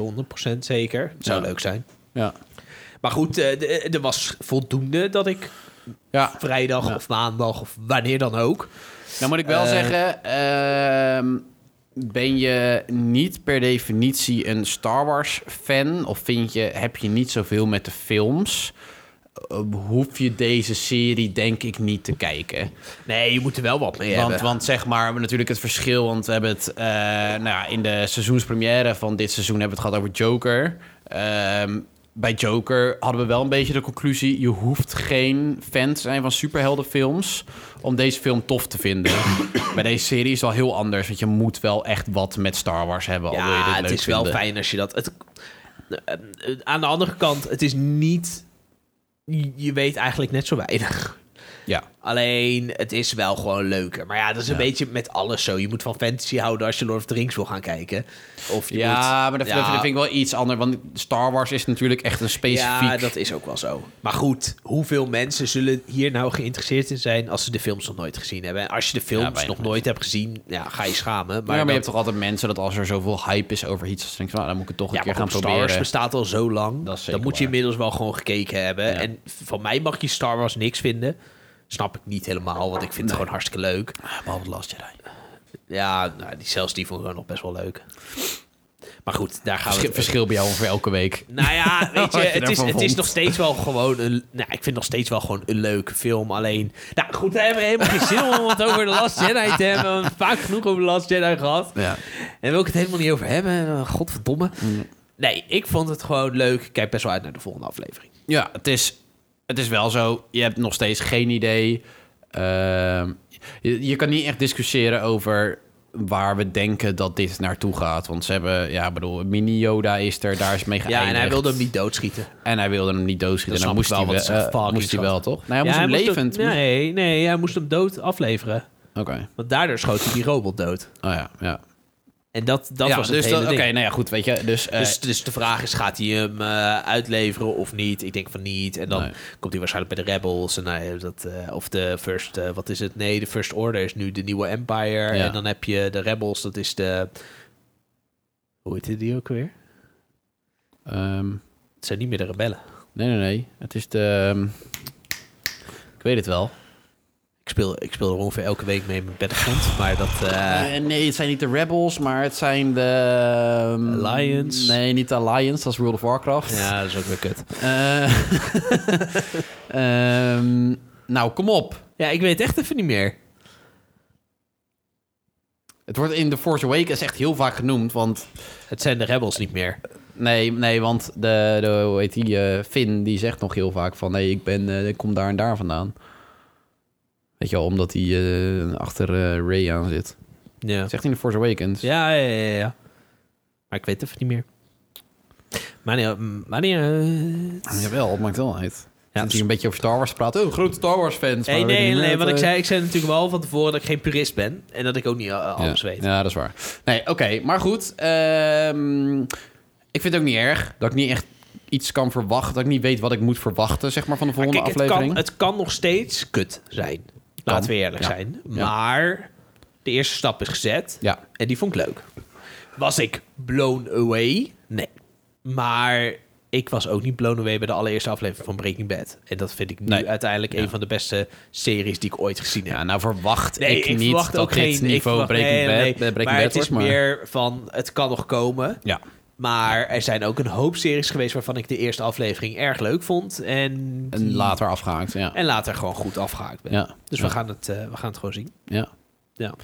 B: 100% zeker. Het zou
A: Ja.
B: leuk zijn.
A: Ja.
B: Maar goed, eh, de- er was voldoende dat ik
A: Ja.
B: vrijdag of maandag of wanneer dan ook.
A: Nou moet ik wel
B: Eh.
A: zeggen, ehm, ben je niet per definitie een Star Wars fan of vind je, heb je niet zoveel met de films? eh, Hoef je deze serie denk ik niet te kijken.
B: Nee, je moet er wel wat mee
A: Want,
B: hebben.
A: want zeg maar, natuurlijk het verschil. Want we hebben het eh, nou ja, in de seizoenspremière van dit seizoen hebben we het gehad over Joker. Ehm, bij Joker hadden we wel een beetje de conclusie: je hoeft geen fan te zijn van superheldenfilms om deze film tof te
B: (coughs)
A: vinden. bij deze serie is het wel heel anders, want je moet wel echt wat met Star Wars hebben. al wil je
B: ja,
A: dit
B: het
A: leuk
B: is wel
A: vinden.
B: fijn als je dat... Het, eh, eh, aan de andere kant, het is niet... je- Je weet eigenlijk net zo weinig.
A: Ja.
B: Alleen, het is wel gewoon leuker. Maar ja, dat is een beetje met alles zo. Je moet van fantasy houden als je Lord of the Rings wil gaan kijken. Of je
A: Ja,
B: moet-
A: maar dat,
B: Ja.
A: dat vind ik wel iets anders. Want Star Wars is natuurlijk echt een specifiek.
B: Ja, dat is ook wel zo. Maar goed, hoeveel mensen zullen hier nou geïnteresseerd in zijn als ze de films nog nooit gezien hebben? En als je de
A: Ja,
B: films
A: weinig
B: nog nooit hebt gezien, ja, ga je schamen. Maar,
A: Maar, ja, maar je
B: dat-
A: hebt toch altijd mensen dat als er zoveel hype is over iets, dan denk je, nou, dan moet ik het toch een
B: ja,
A: keer
B: maar
A: gaan
B: goed, Star
A: proberen.
B: Wars bestaat al zo lang.
A: Dat is
B: Dan
A: zeker
B: moet je
A: waar.
B: inmiddels wel gewoon gekeken hebben.
A: Ja.
B: En van mij mag je Star Wars niks vinden. Snap ik niet helemaal, want ik vind het gewoon hartstikke leuk.
A: Behalve Ah, Last Jedi.
B: Ja, nou, die, zelfs die vond ik wel nog best wel leuk. Maar goed, daar gaan we...
A: Verschil,
B: het-
A: verschil bij jou ongeveer elke week.
B: Nou
A: (laughs)
B: ja, weet je,
A: Wat je
B: het, is,
A: daarvan
B: het is
A: vond.
B: nog steeds wel gewoon een... Nou, ik vind het nog steeds wel gewoon een leuke film. Alleen, nou goed, daar hebben we helemaal geen zin om het over The Last Jedi te hebben. We hebben vaak genoeg over The Last Jedi gehad.
A: Ja. Mm.
B: En wil ik het helemaal niet over hebben. eh, Godverdomme. Nee, ik vond het gewoon leuk. Ik kijk best wel uit naar de volgende aflevering.
A: Ja, het is, het is wel zo. Je hebt nog steeds geen idee. Ehm, je, je kan niet echt discussiëren over waar we denken dat dit naartoe gaat. Want ze hebben, ja, ik bedoel, Mini Yoda is er, daar is mee
B: Ja,
A: geëindigd.
B: en hij wilde hem niet doodschieten.
A: En hij wilde hem niet doodschieten.
B: Dat
A: En dan moest
B: snap
A: hij
B: ik wel,
A: wel,
B: want het is
A: eh,
B: fucking
A: moest hij wel
B: schat.
A: toch? Nou, hij moest hem levend. moest-
B: nee, nee, hij moest hem dood afleveren.
A: Oké.
B: Want daardoor schoot hij die robot dood.
A: Oh ja, ja.
B: En dat, dat
A: ja,
B: was het
A: dus
B: hele
A: dat- Oké,
B: ding.
A: nou ja, goed, weet je. Dus, eh,
B: Dus, dus de vraag is, gaat hij hem eh, uitleveren of niet? Ik denk van niet. En dan
A: Nee.
B: komt hij waarschijnlijk bij de Rebels. En, nou ja, dat, eh, of de First... eh, wat is het? Nee, de First Order is nu de nieuwe Empire.
A: Ja.
B: En dan heb je de Rebels. Dat is de... Hoe heet die ook weer?
A: ehm,
B: Het zijn niet meer de rebellen.
A: nee, nee, nee. Het is de... ehm, ik weet het wel.
B: Ik speel, ik speel er ongeveer elke week mee met Battlefront. Maar dat... eh,
A: Eh, nee, het zijn niet de Rebels, maar het zijn de... ehm,
B: Alliance.
A: Nee, niet de Alliance, dat is World of Warcraft.
B: ja, dat is ook weer kut.
A: Eh, (laughs) ehm, nou, kom op.
B: Ja, ik weet echt even niet meer.
A: Het wordt in The Force Awakens echt heel vaak genoemd, want...
B: Het zijn de rebels niet meer.
A: Nee, nee want de, de, hoe heet die, eh Finn, die zegt nog heel vaak van... nee, ik, ben, eh, ik kom daar en daar vandaan. Weet je wel, omdat hij eh, achter eh, Ray aan zit.
B: Ja.
A: Dat Zegt hij in The Force Awakens.
B: Ja, ja, ja, ja. Maar ik weet het even niet meer. Maar nee, mm, maar nee, eh,
A: Ah, Jawel, dat maakt wel uit. Ja,
B: Ja,
A: natuurlijk een beetje over Star Wars praten. Oh, grote Star Wars fans. maar
B: Hey,
A: we weten
B: nee,
A: niet
B: nee,
A: meer
B: want
A: wat,
B: ik
A: eh,
B: zei, ik zei natuurlijk wel van tevoren dat ik geen purist ben. En dat ik ook niet eh, alles
A: ja.
B: weet.
A: Ja, dat is waar. Nee, oké, maar goed. ehm, ik vind het ook niet erg dat ik niet echt iets kan verwachten. Dat ik niet weet wat ik moet verwachten, zeg maar, van de
B: Maar
A: volgende
B: kijk, het
A: aflevering.
B: kan, het kan nog steeds kut zijn. Laten we eerlijk
A: ja.
B: zijn.
A: Ja.
B: Maar de eerste stap is gezet.
A: Ja.
B: En die vond ik leuk. Was ik blown away? Nee. Maar ik was ook niet blown away bij de allereerste aflevering van Breaking Bad. En dat vind ik nu
A: Nee.
B: uiteindelijk een van de beste series die ik ooit gezien heb.
A: Ja, nou verwacht
B: Nee,
A: ik,
B: ik
A: niet
B: verwacht
A: dat
B: ook
A: dit
B: geen ik
A: niveau
B: verwacht-
A: Breaking
B: nee,
A: Bad,
B: nee,
A: eh, Breaking
B: maar
A: Bad
B: het is
A: wordt, maar...
B: meer van het kan nog komen.
A: Ja.
B: Maar er zijn ook een hoop series geweest waarvan ik de eerste aflevering erg leuk vond. En, die-
A: En later afgehaakt, ja.
B: en later gewoon goed afgehaakt ben.
A: Ja.
B: Dus
A: Ja.
B: we, gaan het, eh, we gaan het gewoon zien.
A: ja.
B: Ja.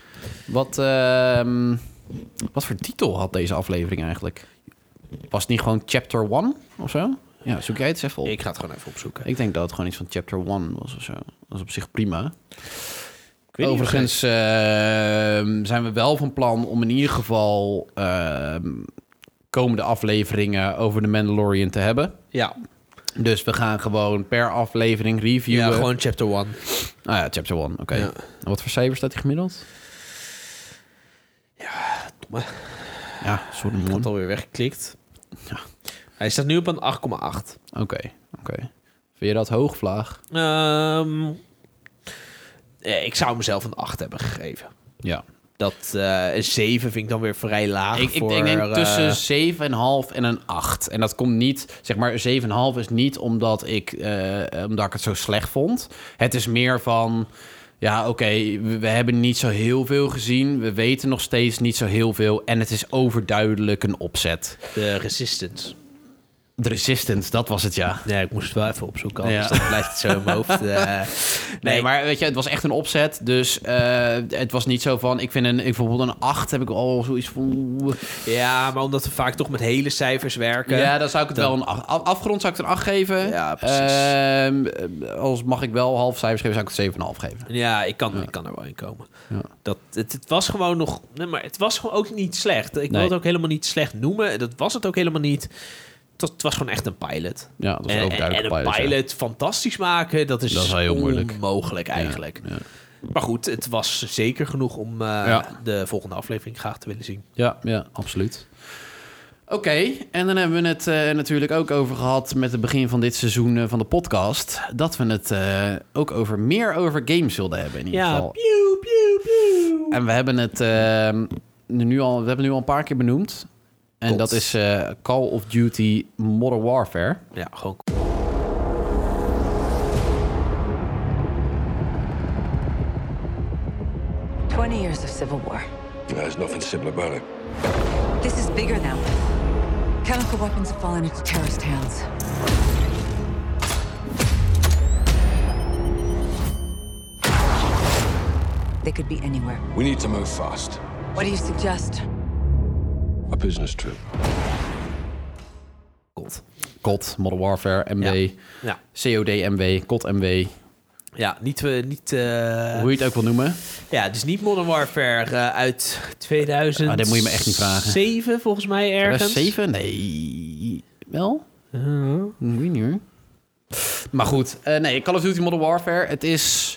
A: Wat, ehm, wat voor titel had deze aflevering eigenlijk? Was het niet gewoon Chapter 1 of zo? Ja, zoek jij het eens even op.
B: Ik ga het gewoon even opzoeken.
A: Ik denk dat het gewoon iets van Chapter 1 was of zo. Dat is op zich prima.
B: Ik weet niet of het-
A: Overigens ehm, zijn we wel van plan om in ieder geval ehm, komende afleveringen over de Mandalorian te hebben.
B: ja,
A: Dus we gaan gewoon per aflevering reviewen.
B: ja, gewoon chapter 1.
A: Ah ja, chapter 1, oké.
B: Ja.
A: En Wat voor cijfer staat hij gemiddeld?
B: domme.
A: Ja, sorry
B: Ik had
A: man.
B: het
A: Oké,
B: alweer weggeklikt.
A: Ja.
B: Hij staat nu op een 8,8.
A: oké. Vind je dat hoog, Vlaag?
B: Ehm, eh, ik zou mezelf een 8 hebben gegeven.
A: Ja.
B: Dat eh, een 7 vind ik dan weer vrij laag.
A: Ik, ik
B: voor,
A: denk,
B: eh,
A: tussen 7,5 en een 8. En dat komt niet, zeg maar, 7,5 is niet omdat ik, eh, omdat ik het zo slecht vond. Het is meer van, ja, oké, we, we hebben niet zo heel veel gezien. We weten nog steeds niet zo heel veel. En het is overduidelijk een opzet.
B: de Resistance.
A: De Resistance, dat was het, ja.
B: Nee, ik moest het wel even opzoeken, anders
A: Ja.
B: dan blijft het zo in
A: (laughs)
B: mijn hoofd. eh.
A: Nee, maar weet je, het was echt een opzet. Dus eh, het was niet zo van, ik vind een, ik bijvoorbeeld een 8 heb ik al zoiets van... oeh.
B: Ja, maar omdat we vaak toch met hele cijfers werken.
A: Ja, dan zou ik het wel een acht- af- Afgerond zou ik het een 8 geven.
B: Ja, precies.
A: Ehm, als mag ik wel half cijfers geven, zou ik het 7,5 geven.
B: Ja, ik kan, ik kan er wel in komen.
A: Ja.
B: Dat, het, het was gewoon nog... Nee, maar het was gewoon ook niet slecht. Ik wil
A: Nee.
B: het ook helemaal niet slecht noemen. Dat was het ook helemaal niet. Het was, het was gewoon echt een pilot.
A: Ja, dat was
B: En,
A: ook
B: en, en
A: duidelijk
B: een pilot fantastisch maken, dat is,
A: Dat is wel heel moeilijk.
B: onmogelijk eigenlijk.
A: ja.
B: Maar goed, het was zeker genoeg om eh,
A: Ja.
B: de volgende aflevering graag te willen zien.
A: Ja, ja, absoluut. Oké, en dan hebben we het eh, natuurlijk ook over gehad met het begin van dit seizoen eh, van de podcast. Dat we het eh, ook over meer over games wilden hebben in ieder
B: Ja,
A: geval.
B: pew, pew, pew.
A: En we hebben het ehm, nu al, we hebben het nu al een paar keer benoemd. En
B: Klopt.
A: dat is eh, Call of Duty Modern Warfare.
B: Ja, gewoon
D: Twenty years of civil war.
E: There's nothing simple about it.
D: This is bigger now. Chemical weapons have fallen into terrorist hands. They could be anywhere.
E: We need to move fast.
D: What do you suggest?
E: A business trip.
B: kot.
A: COD, Modern Warfare, MW,
B: Ja. Ja.
A: COD MW, COD MW,
B: ja, niet... we niet eh,
A: hoe je het ook wil noemen.
B: Ja, dus niet Modern Warfare eh, uit 2000.
A: Ah, dit moet je me echt niet vragen.
B: 7 volgens mij ergens. Oh.
A: 7? Nee, wel? Ik weet niet hoor. Maar goed, eh, nee, Call of Duty Modern Warfare, het is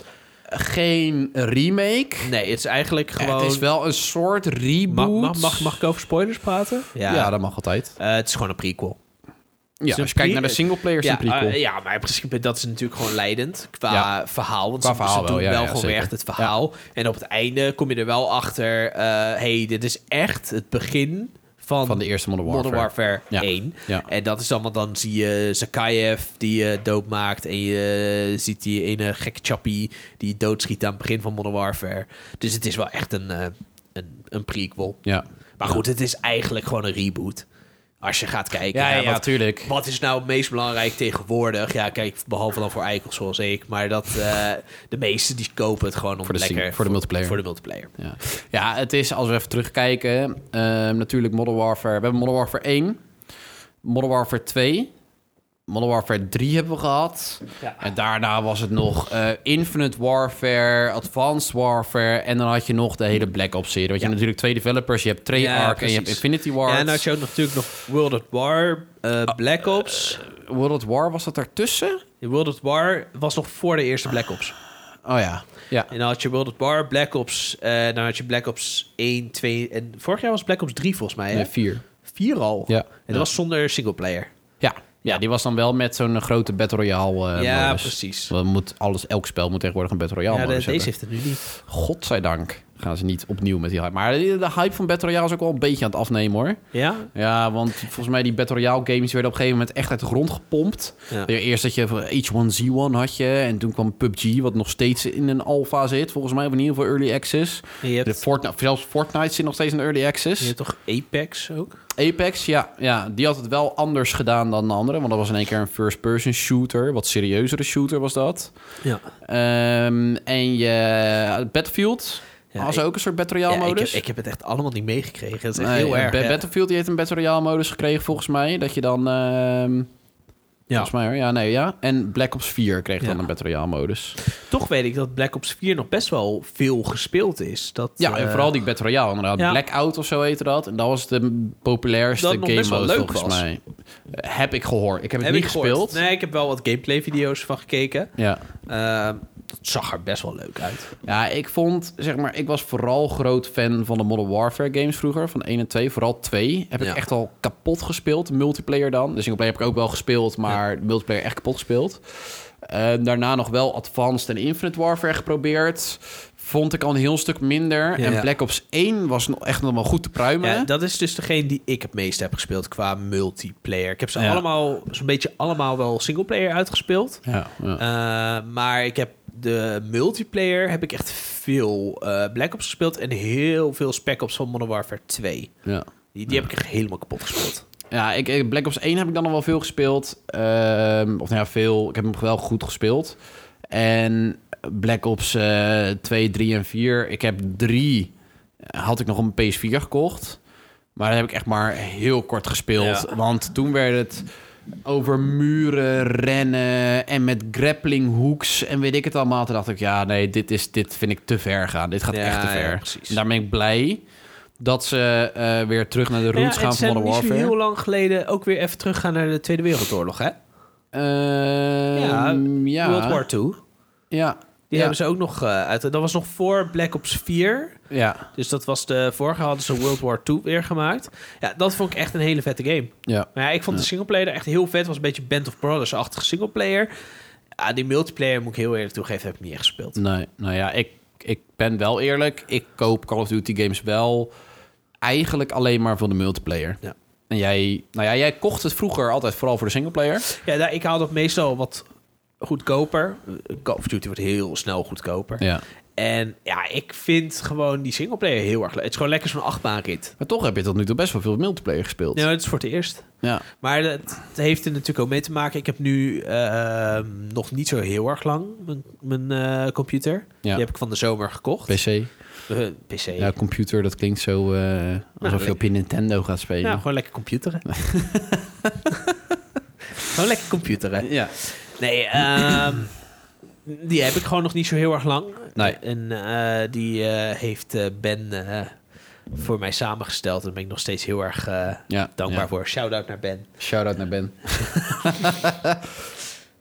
A: geen remake. Eh,
B: Nee, het is eigenlijk gewoon.
A: Het is wel een soort
B: Ma-
A: reboot.
B: ma- mag, mag, ik over spoilers praten?
A: ja. dat mag altijd.
B: Eh, het is gewoon een prequel.
A: Ja, als je kijkt naar de singleplayer, is
B: Dus ja,
A: het een prequel.
B: eh, ja, maar in principe dat is natuurlijk gewoon leidend qua
A: Ja.
B: verhaal. Want
A: Qua
B: ze,
A: verhaal
B: ze doen
A: wel, ja, ja,
B: gewoon weer
A: zeker.
B: echt het verhaal. En op het einde kom je er wel achter... Hé, hey, dit is echt het begin van...
A: Van de eerste Modern Warfare.
B: Warfare
A: Ja.
B: 1.
A: Ja.
B: En dat is dan, want dan zie je Zakayev die je doodmaakt. En je eh, ziet die ene gekke chappie die je doodschiet aan het begin van Modern Warfare. Dus het is wel echt een, eh, een, een prequel.
A: Ja.
B: Maar goed, het is eigenlijk gewoon een reboot. Als je gaat kijken.
A: Ja,
B: hè,
A: ja,
B: wat-
A: tuurlijk.
B: Wat is nou het meest belangrijk tegenwoordig? Ja, kijk, behalve dan voor eikels zoals ik. Maar dat eh, de meesten die kopen het gewoon om
A: Voor de
B: lekker...
A: sing- voor de multiplayer.
B: Voor de multiplayer.
A: Ja. ja, het is, als we even terugkijken, ehm, natuurlijk Modern Warfare. We hebben Modern Warfare 1. Modern Warfare 2. Modern Warfare 3 hebben we gehad.
B: Ja.
A: En daarna was het nog eh, Infinite Warfare, Advanced Warfare. En dan had je nog de hele Black Ops serie. Want je hebt natuurlijk twee developers. Je hebt Treyarch en je hebt
B: precies.
A: Infinity Ward. Oh.
B: Ja, en dan had je ook natuurlijk nog World at War, eh, Black Ops.
A: World at War was dat daartussen?
B: World at War was nog voor de eerste Black Ops.
A: Oh ja. Ja.
B: En dan had je World at War, Black Ops. eh dan had je Black Ops 1, 2. En vorig jaar was Black Ops 3 volgens mij. Hè?
A: Nee, eh, vier.
B: Vier al.
A: Ja.
B: En dat
A: Ja.
B: was zonder singleplayer.
A: Ja. Ja, die was dan wel met zo'n eh, grote Battle Royale. eh,
B: Ja,
A: modus.
B: precies.
A: Want moet alles, elk spel moet tegenwoordig een Battle Royale
B: Ja, de-
A: modus
B: deze
A: hebben.
B: heeft het nu niet.
A: Godzijdank gaan ze niet opnieuw met die hype. Maar de de hype van Battle Royale is ook wel een beetje aan het afnemen hoor.
B: Ja?
A: Ja, want volgens mij die Battle Royale games werden op een gegeven moment echt uit de grond gepompt.
B: Ja.
A: Eerst dat je H1Z1 had je en toen kwam PUBG, wat nog steeds in een alpha zit. Volgens mij of in ieder geval early access.
B: En je hebt-
A: de Fortnite, zelfs Fortnite zit nog steeds in early access.
B: Je hebt toch Apex ook?
A: Apex, ja, ja, die had het wel anders gedaan dan de andere. Want dat was in één keer een first-person shooter. Wat serieuzere shooter was dat.
B: Ja.
A: Ehm, en je eh, Battlefield
B: Ja,
A: was
B: ik-
A: ook een soort Battle Royale
B: ik, heb,
A: modus.
B: ik heb het echt allemaal niet meegekregen. Dat is echt
A: Nee, eh,
B: heel erg.
A: Ba-
B: ja.
A: Battlefield die heeft een Battle Royale modus gekregen volgens mij. Dat je dan... ehm,
B: Ja.
A: Volgens mij hoor. Ja, nee, ja. En Black Ops 4 kreeg dan
B: Ja.
A: een Battle Royale modus.
B: Toch weet ik dat Black Ops 4 nog best wel veel gespeeld is. Dat,
A: Ja,
B: eh,
A: en vooral die Battle Royale. Inderdaad,
B: ja.
A: Blackout of zo heette dat. En dat was de populairste
B: Dat nog
A: game
B: best wel
A: mode
B: leuk
A: volgens
B: was.
A: mij. Eh, Heb ik gehoord. Ik heb het
B: heb
A: niet
B: ik gehoord.
A: gespeeld.
B: Nee, ik heb wel wat gameplay-video's van gekeken.
A: Ja.
B: Ehm, dat zag er best wel leuk uit.
A: ja, ik vond, zeg maar, ik was vooral groot fan van de Modern Warfare games vroeger. Van 1 en 2, vooral 2. Heb
B: Ja.
A: ik echt al kapot gespeeld. Multiplayer dan. De singleplayer heb ik ook wel gespeeld, maar de multiplayer echt kapot gespeeld. Eh, daarna nog wel Advanced en Infinite Warfare geprobeerd. Vond ik al een heel stuk minder.
B: Ja.
A: en
B: Ja.
A: Black Ops 1 was nog echt nog wel goed te pruimen.
B: Ja, dat is dus degene die ik het meest heb gespeeld qua multiplayer. Ik heb ze
A: Ja.
B: allemaal, zo'n beetje allemaal wel singleplayer uitgespeeld.
A: ja, ja.
B: Eh, maar ik heb de multiplayer heb ik echt veel eh, Black Ops gespeeld en heel veel Spec Ops van Modern Warfare 2.
A: ja.
B: Die, die heb ik echt helemaal kapot gespeeld.
A: Ja, ik, ik- Black Ops 1 heb ik dan nog wel veel gespeeld. Ehm, of nou ja, veel. Ik heb hem wel goed gespeeld. En Black Ops eh 2, 3 en 4. Ik heb 3 had ik nog een PS4 gekocht. Maar dat heb ik echt maar heel kort gespeeld.
B: Ja.
A: Want toen werd het over muren rennen en met grappling hooks en weet ik het allemaal. Toen dacht ik, ja, nee, dit, is, dit vind ik te ver gaan. Dit gaat
B: Ja,
A: echt te
B: ja,
A: ver.
B: precies.
A: en daar ben ik blij dat ze eh, weer terug naar de
B: Nou
A: roots
B: ja,
A: gaan
B: het
A: van
B: zijn
A: Modern
B: niet zo
A: Warfare.
B: heel lang geleden ook weer even teruggaan naar de Tweede Wereldoorlog, hè?
A: ja, Ehm, ja.
B: World War II.
A: Ja.
B: Die
A: ja.
B: hebben ze ook nog eh, uit. Dat was nog voor Black Ops 4.
A: Ja.
B: Dus dat was de vorige hadden ze World War II weer gemaakt. Ja, dat vond ik echt een hele vette game.
A: Ja.
B: Maar ja, ik vond de singleplayer er echt heel vet. was een beetje Band of Brothers-achtige singleplayer. Ja, die multiplayer moet ik heel eerlijk toegeven, heb ik niet echt gespeeld.
A: Nee, nou ja, ik, ik ben wel eerlijk. Ik koop Call of Duty games wel eigenlijk alleen maar voor de multiplayer.
B: Ja.
A: En jij, nou ja, jij kocht het vroeger altijd vooral voor de singleplayer.
B: Ja, daar, ik haal dat meestal wat goedkoper. Eh, Call of Duty wordt heel snel goedkoper.
A: Ja.
B: En ja, ik vind gewoon die singleplayer heel erg leuk. Het is gewoon lekker zo'n achtbaanrit.
A: Maar toch heb je tot nu toe best wel veel multiplayer gespeeld.
B: Nou, dat is voor het eerst.
A: Ja.
B: Maar dat, het heeft er natuurlijk ook mee te maken. Ik heb nu ehm, nog niet zo heel erg lang mijn, mijn eh, computer. Die heb ik van de zomer gekocht.
A: PC.
B: Eh, PC.
A: Ja, computer, dat klinkt zo eh, alsof je
B: leuk.
A: op je Nintendo gaat spelen.
B: Nou, gewoon lekker computeren.
A: (laughs)
B: gewoon lekker computeren.
A: ja.
B: Nee, ehm, die heb ik gewoon nog niet zo heel erg lang.
A: Nee.
B: En eh, die eh, heeft eh, Ben eh, voor mij samengesteld. En daar ben ik nog steeds heel erg eh,
A: Ja,
B: dankbaar
A: ja.
B: voor. Shout-out naar Ben.
A: Shout-out naar Ben. (laughs)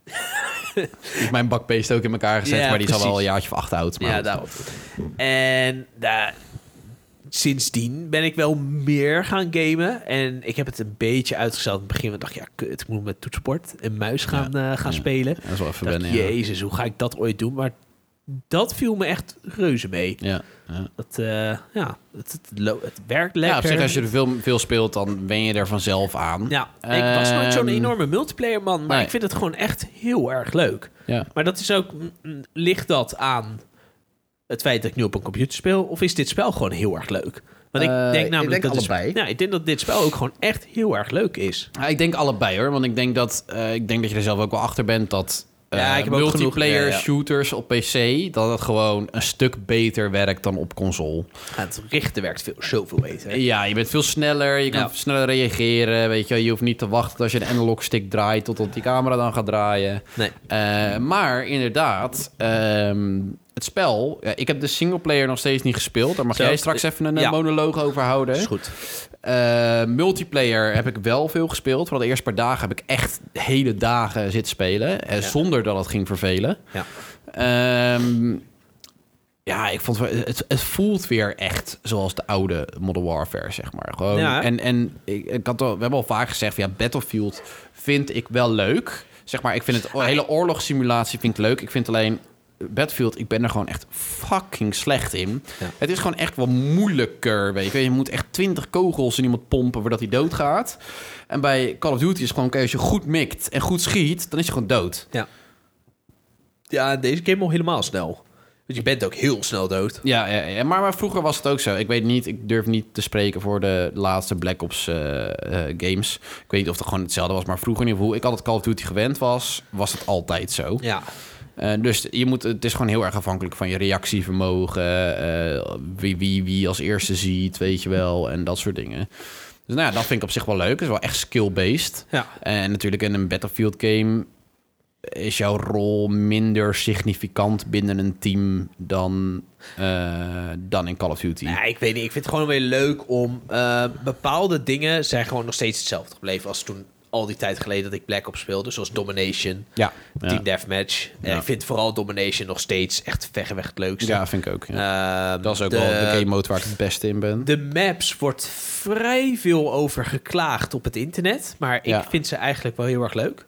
A: Die heeft mijn bakbeest ook in elkaar gezet,
B: Ja,
A: maar die is al wel
B: precies.
A: een jaartje of achterhoud. Maar
B: Ja,
A: goed.
B: daarop. En daar, sindsdien ben ik wel meer gaan gamen. En ik heb het een beetje uitgesteld. In het begin dacht ik, ja, kut, ik moet met toetsenbord en muis gaan, eh, gaan spelen.
A: dat is wel even
B: Dacht ik,
A: wennen, ja.
B: Jezus, hoe ga ik dat ooit doen? Maar dat viel me echt reuze mee.
A: Ja, ja.
B: Dat, eh, ja, het, het, lo- het werkt lekker.
A: ja, op zich, als je er veel, veel speelt, dan wen je er vanzelf aan.
B: Ja, ik was nooit zo'n
A: Ehm,
B: enorme multiplayer man, maar
A: nee.
B: ik vind het gewoon echt heel erg leuk.
A: Ja.
B: Maar dat is ook, mm, mm, ligt dat aan het feit dat ik nu op een computer speel? Of is dit spel gewoon heel erg leuk? Want ik
A: Eh,
B: denk
A: ik
B: namelijk
A: denk
B: dat dit-
A: allebei.
B: nou, ik denk dat dit spel ook gewoon echt heel erg leuk is.
A: Ja, ik denk allebei hoor, want ik denk dat, eh, ik denk dat je er zelf ook wel achter bent dat
B: Ja,
A: eh,
B: ik heb ook genoeg,
A: multiplayer
B: ja, ja.
A: shooters op PC, dat het gewoon een stuk beter werkt dan op console.
B: Ja, het richten werkt veel, zoveel beter.
A: Ja, je bent veel sneller, je kan
B: Ja.
A: sneller reageren, weet je, wel. je hoeft niet te wachten als je een analog stick draait totdat die camera dan gaat draaien.
B: Nee.
A: Eh, maar inderdaad, ehm, het spel, ja, ik heb de singleplayer nog steeds niet gespeeld, daar mag
B: Zo.
A: jij straks even een eh,
B: Ja.
A: monoloog over houden.
B: Is goed.
A: Eh, multiplayer heb ik wel veel gespeeld. Vooral de eerste paar dagen heb ik echt hele dagen zitten spelen. eh, Zonder dat het ging vervelen.
B: Ja.
A: Ehm, ja, ik vond het, het, het voelt weer echt zoals de oude Modern Warfare, zeg maar. Gewoon,
B: Ja, hè?
A: En, en ik, ik had al, we hebben al vaak gezegd, ja, Battlefield vind ik wel leuk. Zeg maar, ik vind het, de hele oorlogssimulatie vind ik leuk. Ik vind alleen Battlefield, ik ben er gewoon echt fucking slecht in.
B: Ja.
A: Het is gewoon echt wel moeilijker, weet je. Je moet echt twintig kogels in iemand pompen voordat hij doodgaat. En bij Call of Duty is gewoon, oké, als je goed mikt en goed schiet, dan is je gewoon dood.
B: Ja. ja, deze game al helemaal snel. Want je bent ook heel snel dood.
A: Ja, ja, ja. Maar, maar vroeger was het ook zo. Ik weet niet, ik durf niet te spreken voor de laatste Black Ops eh, eh, games. Ik weet niet of het gewoon hetzelfde was, maar vroeger in ieder geval, hoe ik altijd Call of Duty gewend was, was het altijd zo.
B: Ja.
A: Eh, dus je moet, het is gewoon heel erg afhankelijk van je reactievermogen, eh, wie, wie wie als eerste ziet, weet je wel, en dat soort dingen. Dus nou ja, dat vind ik op zich wel leuk. Het is wel echt skill-based.
B: Ja.
A: En natuurlijk in een Battlefield game is jouw rol minder significant binnen een team dan, eh, dan in Call of Duty.
B: Ja, ik weet niet. Ik vind het gewoon weer leuk om... eh, bepaalde dingen zijn gewoon nog steeds hetzelfde gebleven als toen al die tijd geleden dat ik Black Ops speelde. Zoals Domination,
A: Ja.
B: Team
A: Ja.
B: Deathmatch. En
A: Ja.
B: ik vind vooral Domination nog steeds echt verreweg het leukste.
A: Ja, vind ik ook. Ja.
B: Ehm,
A: dat is ook
B: de-
A: wel de game mode waar ik het beste in ben.
B: De maps wordt vrij veel over geklaagd op het internet. Maar ik
A: Ja.
B: vind ze eigenlijk wel heel erg leuk.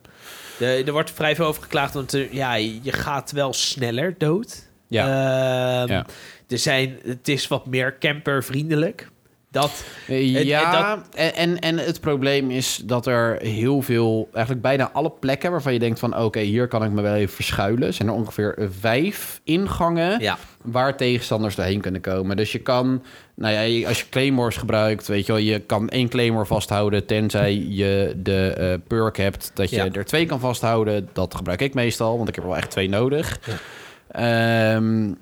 B: De, er wordt vrij veel over geklaagd, want er- ja, je gaat wel sneller dood.
A: Ja.
B: Ehm,
A: Ja.
B: Er zijn, het is wat meer campervriendelijk. Dat,
A: Eh,
B: en-
A: Ja,
B: en
A: en, en, en, het probleem is dat er heel veel, eigenlijk bijna alle plekken waarvan je denkt van oké, hier kan ik me wel even verschuilen, zijn er ongeveer eh, vijf ingangen
B: Ja.
A: waar tegenstanders doorheen kunnen komen. Dus je kan, nou ja, je- als je claymores gebruikt, weet je wel, je kan één claymore vasthouden, tenzij je de eh, perk hebt dat je
B: Ja.
A: er twee kan vasthouden. Dat gebruik ik meestal, want ik heb er wel echt twee nodig. Ehm,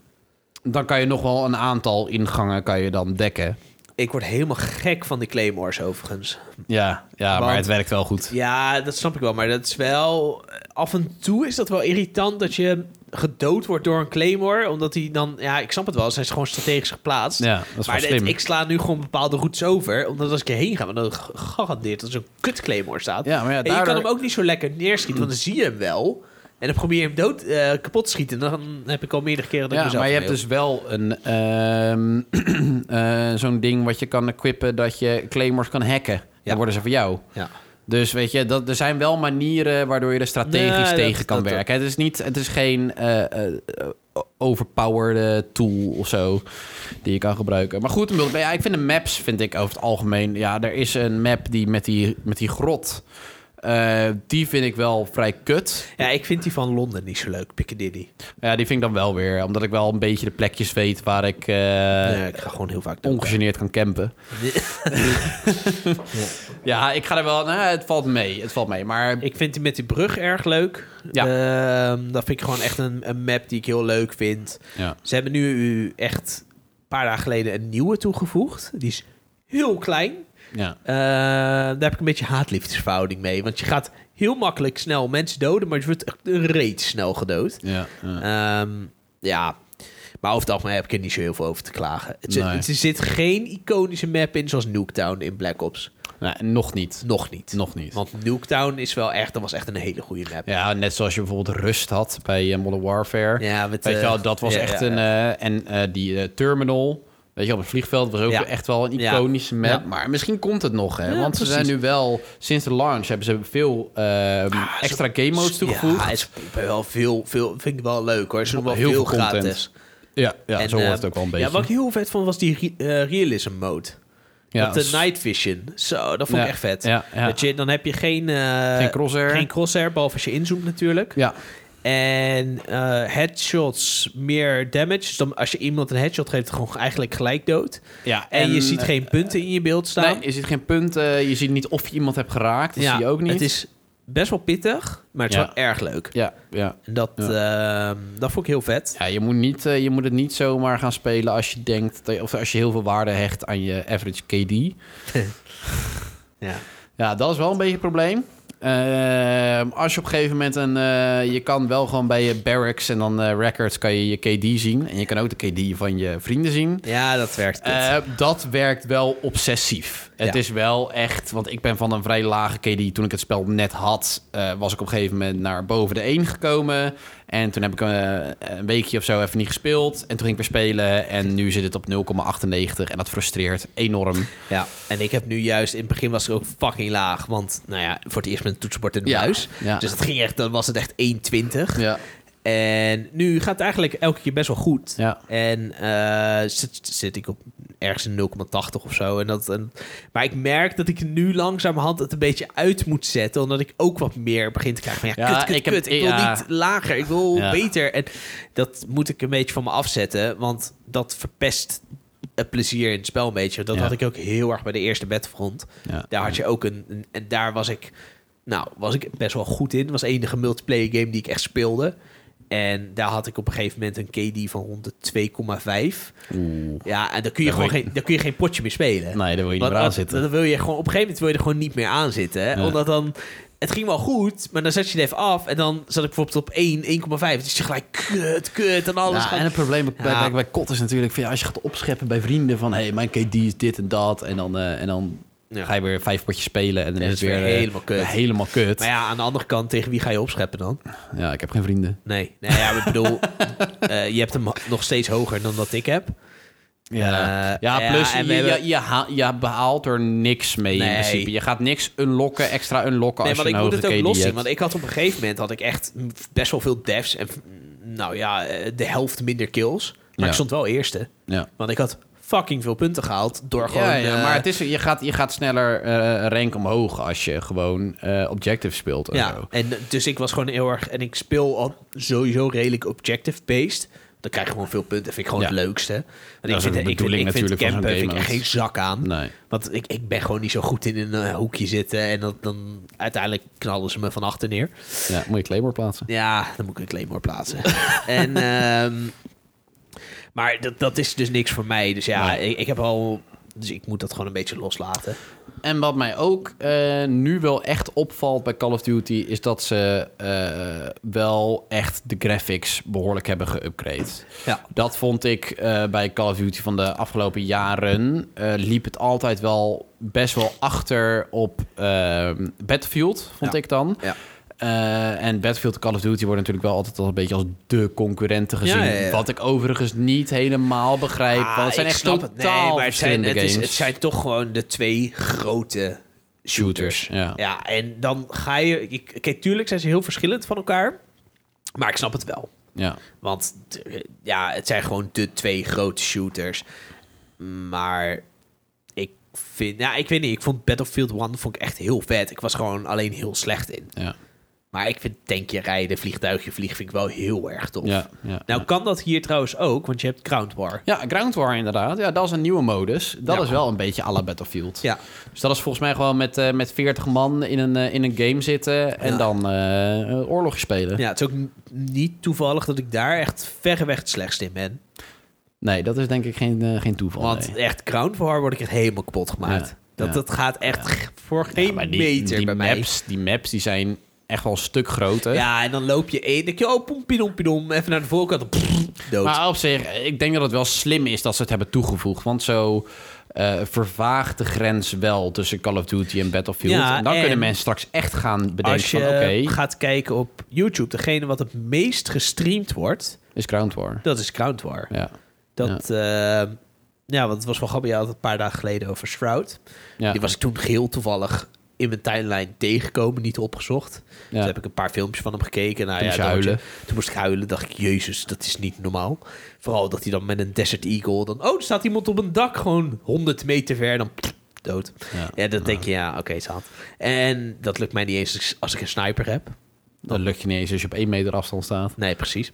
A: dan kan je nog wel een aantal ingangen kan je dan dekken.
B: ik word helemaal gek van die claymores overigens.
A: Ja, ja
B: Want-
A: maar het werkt wel goed.
B: Ja, dat snap ik wel. Maar dat is wel. eh, Af en toe is dat wel irritant dat je gedood wordt door een claymore. Omdat hij dan. Ja, ik snap het wel. Ze zijn gewoon strategisch geplaatst.
A: Ja, dat is
B: maar
A: wel
B: dit-
A: slim.
B: ik sla nu gewoon bepaalde routes over. Omdat als ik erheen ga, dan garandeert dat zo'n kut claymore staat.
A: Ja, maar ja,
B: En je kan
A: daardoor-
B: hem ook niet zo lekker neerschieten. Want dan zie je hem wel. En dan probeer je hem dood, eh, kapot te schieten. En dan heb ik al meerdere keren dat
A: Ja,
B: ik mezelf
A: maar je hebt
B: vermeel.
A: dus wel een ehm, (clears throat) eh, zo'n ding wat je kan equippen dat je claimers kan hacken. Dan worden ze van jou.
B: Ja.
A: Dus weet je, dat, er zijn wel manieren waardoor je er strategisch
B: Nee, dat-
A: tegen kan
B: dat-
A: werken. Het is, niet, het is geen eh eh, overpowered eh, tool of zo die je kan gebruiken. Maar goed, een multiplayer- ja, ik vind de maps, vind ik over het algemeen... Ja, er is een map die met die, met die grot... eh, die vind ik wel vrij kut.
B: ja, ik vind die van Londen niet zo leuk. Piccadilly.
A: Ja, die vind ik dan wel weer. Omdat ik wel een beetje de plekjes weet waar ik eh,
B: ja, ik ga gewoon heel vaak dood.
A: ongegeneerd kan
B: (laughs)
A: campen. ja, ik ga er wel... Nou, het valt mee. Het valt mee. Maar
B: Ik vind die met die brug erg leuk.
A: Ja.
B: Ehm, dat vind ik gewoon echt een, een map die ik heel leuk vind.
A: ja.
B: Ze hebben nu echt een paar dagen geleden een nieuwe toegevoegd. Die is heel klein.
A: Ja.
B: Ehm, daar heb ik een beetje haatliefdesverhouding mee. Want je gaat heel makkelijk snel mensen doden, maar je wordt echt reeds snel gedood.
A: Ja, ja.
B: Ehm, ja. Maar over het algemeen heb ik er niet zo heel veel over te klagen. Het, zit-
A: Nee.
B: het- er zit geen iconische map in zoals Nuketown in Black Ops.
A: Nou, nog niet.
B: Nog niet.
A: Nog niet.
B: Want Nuketown is wel echt, dat was echt een hele goede map.
A: Ja, net zoals je bijvoorbeeld Rust had bij eh, Modern Warfare.
B: Ja, met,
A: weet je wel,
B: eh,
A: dat was
B: ja,
A: echt
B: ja,
A: een... eh, en eh, die eh, terminal, weet je wel, op het vliegveld... was ook
B: Ja.
A: echt wel een
B: Ja.
A: iconische map.
B: Ja.
A: Maar misschien komt het nog, hè.
B: Ja,
A: want ze zijn
B: precies. Ah,
A: nu wel... Sinds de launch hebben ze veel eh, extra game modes toegevoegd.
B: Ja, is wel veel, veel, vind ik wel leuk hoor. Ze doen wel
A: Heel
B: heel veel
A: veel content.
B: gratis.
A: Ja, ehm, ja
B: En,
A: zo hoort
B: eh,
A: het ook wel een beetje.
B: Ja, wat ik heel vet vond was die re- eh, realism mode.
A: Ja,
B: dat de
A: s-
B: night vision. Zo, dat vond
A: Ja,
B: ik echt vet.
A: ja, ja.
B: Dat je, dan heb je geen... eh,
A: Geen crosshair.
B: Geen crosshair, behalve als je inzoomt natuurlijk.
A: Ja,
B: En eh, headshots, meer damage. Dus dan, als je iemand een headshot geeft, gewoon eigenlijk gelijk dood.
A: ja.
B: En, je ziet
A: eh,
B: geen punten in je beeld staan.
A: Nee, je ziet geen punten. Je ziet niet of je iemand hebt geraakt. Dat zie je ook niet.
B: Het is best wel pittig, maar het is
A: Ja.
B: wel erg leuk.
A: Ja, ja.
B: En dat, ehm, dat vond ik heel vet.
A: Ja, je moet, niet, eh, je moet het niet zomaar gaan spelen als je denkt... dat- of als je heel veel waarde hecht aan je average KD.
B: Ja.
A: Ja, dat is wel een beetje een probleem. Ehm, als je op een gegeven moment een... eh, je kan wel gewoon bij je barracks en dan eh, records kan je je KD zien. En je kan ook de KD van je vrienden zien.
B: ja, dat werkt. kut.
A: Eh, dat werkt wel obsessief. Het
B: Ja.
A: is wel echt, want ik ben van een vrij lage KD. Toen ik het spel net had, eh, was ik op een gegeven moment naar boven de 1 gekomen. En toen heb ik eh, een weekje of zo even niet gespeeld. En toen ging ik weer spelen. En nu zit het op 0,98. En dat frustreert enorm.
B: Ja, en ik heb nu juist... In het begin was ik ook fucking laag. Want, nou ja, voor het eerst met een toetsenbord in de
A: Ja,
B: muis.
A: ja.
B: Dus dat ging echt, dan was het echt 1,20.
A: Ja.
B: En nu gaat het eigenlijk elke keer best wel goed.
A: Ja.
B: En eh, zit, zit ik op ergens een 0,80 of zo. En dat, en, maar ik merk dat ik nu langzamerhand het een beetje uit moet zetten. Omdat ik ook wat meer begin te krijgen van... Ja,
A: Ja,
B: kut,
A: ik
B: kut, ik
A: heb-
B: kut. Ik wil
A: ja.
B: niet lager. Ik wil
A: Ja.
B: beter. En dat moet ik een beetje van me afzetten. Want dat verpest het plezier in het spel een beetje. Dat
A: Ja.
B: had ik ook heel erg bij de eerste Battlefront.
A: Ja.
B: Daar had je ook een, een- En daar was ik... Nou, was ik best wel goed in. was de enige multiplayer game die ik echt speelde. En daar had ik op een gegeven moment een KD van rond de 2,5. Ja, en dan kun je
A: Dan
B: gewoon
A: wil je-
B: geen, dan kun je geen potje meer spelen.
A: Nee, daar wil je niet
B: Want
A: meer
B: dat-
A: aan zitten.
B: Dan wil je gewoon, op een gegeven moment wil je er gewoon niet meer aan zitten. hè.
A: Ja.
B: Omdat dan, het ging wel goed, maar dan zet je het even af. En dan zat ik bijvoorbeeld op 1, 1,5. Dus je gelijk, kut, kut, en alles.
A: Ja,
B: gaat-
A: en het probleem bij,
B: Ja.
A: bij, bij kot is natuurlijk... Van, ja, als je gaat opscheppen bij vrienden van... hey, mijn KD is dit en dat. En dan, eh, en dan
B: Ja.
A: ga je weer vijf potjes spelen. En dan is het weer, eh,
B: helemaal kut.
A: helemaal kut.
B: Maar ja, aan de andere kant, tegen wie ga je opscheppen dan?
A: ja, ik heb geen vrienden.
B: Nee, nee ja, maar ik bedoel,
A: (laughs)
B: eh, je hebt hem nog steeds hoger dan dat ik heb.
A: Ja,
B: Eh,
A: ja
B: ja,
A: plus
B: en
A: je,
B: we hebben-
A: je, je, haal- je behaalt er niks mee in
B: Nee.
A: principe. Je gaat niks unlocken, extra unlocken
B: Nee,
A: als je
B: maar
A: een
B: ik
A: hoge
B: moet het ook
A: KD
B: los zien.
A: hebt.
B: Want ik had op een gegeven moment had ik echt mm, best wel veel devs. En mm, nou ja, eh, de helft minder kills. Maar
A: Ja.
B: ik stond wel eerste.
A: Ja.
B: Want ik had fucking veel punten gehaald door gewoon...
A: Ja, ja,
B: eh,
A: maar het is, je, gaat, je gaat sneller eh, rank omhoog als je gewoon eh objective speelt. En
B: ja,
A: zo.
B: en dus ik was gewoon heel erg... En ik speel al sowieso redelijk objective-based. Dan krijg je gewoon veel punten. vind ik gewoon
A: Ja.
B: het leukste. Want
A: is ook de bedoeling natuurlijk van zo'n
B: campen
A: game
B: vind ik echt
A: ook.
B: geen zak aan.
A: Nee.
B: Want ik, ik ben gewoon niet zo goed in een eh, hoekje zitten. En dat, dan uiteindelijk knallen ze me van achter neer.
A: Ja, moet je Claymore plaatsen.
B: Ja, dan moet ik een claymore plaatsen. (laughs) en, ehm, maar dat, dat is dus niks voor mij. Dus ja,
A: Nee.
B: ik, ik heb al... Dus ik moet dat gewoon een beetje loslaten.
A: En wat mij ook eh, nu wel echt opvalt bij Call of Duty... is dat ze eh, wel echt de graphics behoorlijk hebben geüpgrade.
B: Ja.
A: Dat vond ik eh, bij Call of Duty van de afgelopen jaren. eh, liep het altijd wel best wel achter op eh, Battlefield, vond
B: Ja.
A: ik dan.
B: Ja.
A: Eh, en Battlefield en Call of Duty worden natuurlijk wel altijd al een beetje als de concurrenten gezien.
B: Ja, ja, ja.
A: Wat ik overigens niet helemaal begrijp. want het zijn
B: Ah,
A: echt
B: ik snap
A: totaal
B: het. Nee, maar het zijn,
A: verschillende
B: het, is,
A: games.
B: het zijn toch gewoon de twee grote shooters.
A: Shooters, ja.
B: en dan ga je... Ik, kijk, tuurlijk zijn ze heel verschillend van elkaar. Maar ik snap het wel.
A: Ja.
B: Want eh, ja, het zijn gewoon de twee grote shooters. Maar ik vind... Nou, ik weet niet. Ik vond Battlefield 1 vond ik echt heel vet. Ik was gewoon alleen heel slecht in.
A: Ja.
B: Maar ik vind tankje rijden, vliegtuigje vliegen vind ik wel heel erg tof.
A: Ja, ja,
B: nou
A: ja.
B: kan dat hier trouwens ook, want je hebt Ground War.
A: ja, Ground War inderdaad. Ja, dat is een nieuwe modus. Dat
B: Ja.
A: is wel een beetje à la Battlefield.
B: Ja.
A: Dus dat is volgens mij gewoon met, eh, met 40 man in een, eh, in een game zitten... en
B: Ja.
A: dan eh, een oorlogje spelen.
B: Ja, het is ook n- niet toevallig dat ik daar echt verreweg het slechtst in ben.
A: Nee, dat is denk ik geen, eh, geen toeval.
B: Want
A: nee.
B: echt Crown War word ik echt helemaal kapot gemaakt.
A: Ja,
B: Dat,
A: ja.
B: dat gaat echt g- voor geen
A: Ja, maar die,
B: meter
A: die
B: bij
A: maps, Die maps die zijn echt wel een stuk groter.
B: mij. Ja, en dan loop je één. denk je, oh, pompidompidom. Even naar de voorkant. dan pff, dood.
A: Maar op zich, ik denk dat het wel slim is dat ze het hebben toegevoegd. Want zo eh, vervaagt de grens wel tussen Call of Duty en Battlefield.
B: Ja,
A: en dan
B: en
A: kunnen mensen straks echt gaan bedenken
B: Als je
A: van... oké,
B: gaat kijken op YouTube, degene wat het meest gestreamd wordt,
A: is Ground War.
B: dat is Crown War.
A: Ja.
B: Dat, ja. ja, want het was wel grappig. Je had het een paar dagen geleden over Stroud.
A: Ja.
B: Die was ik toen geheel toevallig in mijn timeline tegengekomen, niet opgezocht.
A: Ja.
B: Dus heb ik een paar filmpjes van hem gekeken. Nou,
A: Toen
B: ja,
A: moest je
B: dan word
A: huilen.
B: toen moest ik huilen. dacht ik, jezus, dat is niet normaal. Vooral dat hij dan met een Desert Eagle... Dan, oh, er staat iemand op een dak, gewoon 100 meter ver. Dan pff, dood.
A: Ja.
B: Ja, dan denk je, ja, oké, zat. En dat lukt mij niet eens als- als ik een sniper heb.
A: Dan lukt je niet eens als je op één meter afstand staat.
B: Nee,
A: (laughs)
B: precies.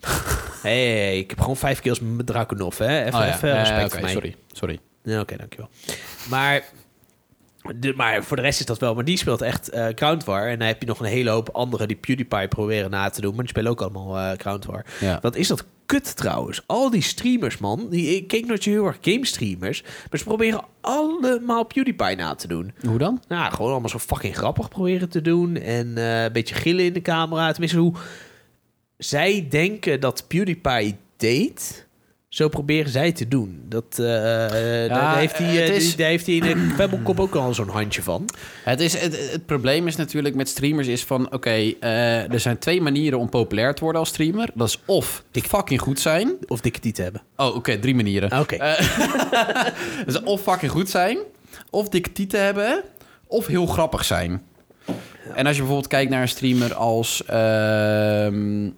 B: hey, ik heb gewoon vijf kills met Drakunov, hè. Even,
A: Oh ja,
B: even
A: eh,
B: respect
A: oké,
B: voor mij.
A: sorry. sorry.
B: Ja, Oké, dankjewel. Maar De- maar voor de rest is dat wel. Maar die speelt echt eh Ground War. En dan heb je nog een hele hoop anderen die PewDiePie proberen na te doen. Maar die spelen ook allemaal eh Ground War.
A: Ja.
B: Wat is dat kut trouwens. Al die streamers, man. Die, ik keek nooit zo heel erg game streamers. Maar ze proberen allemaal PewDiePie na te doen.
A: Hoe dan?
B: Nou, gewoon allemaal zo fucking grappig proberen te doen. En eh, een beetje gillen in de camera. Tenminste, hoe zij denken dat PewDiePie deed... Zo proberen zij te doen. Dat, eh, eh,
A: Ja,
B: daar, heeft hij, eh,
A: het is-
B: die- daar heeft hij in de Pebblecop ook al zo'n handje van.
A: Het, is, het, het probleem is natuurlijk met streamers is van... Oké, eh, er zijn twee manieren om populair te worden als streamer. Dat is of fucking goed zijn.
B: Of dikke tieten hebben.
A: Oh, oké, drie manieren.
B: Oké.
A: Dus of fucking goed zijn, of dikke tieten hebben, of heel grappig zijn. En als je bijvoorbeeld kijkt naar een streamer als ehm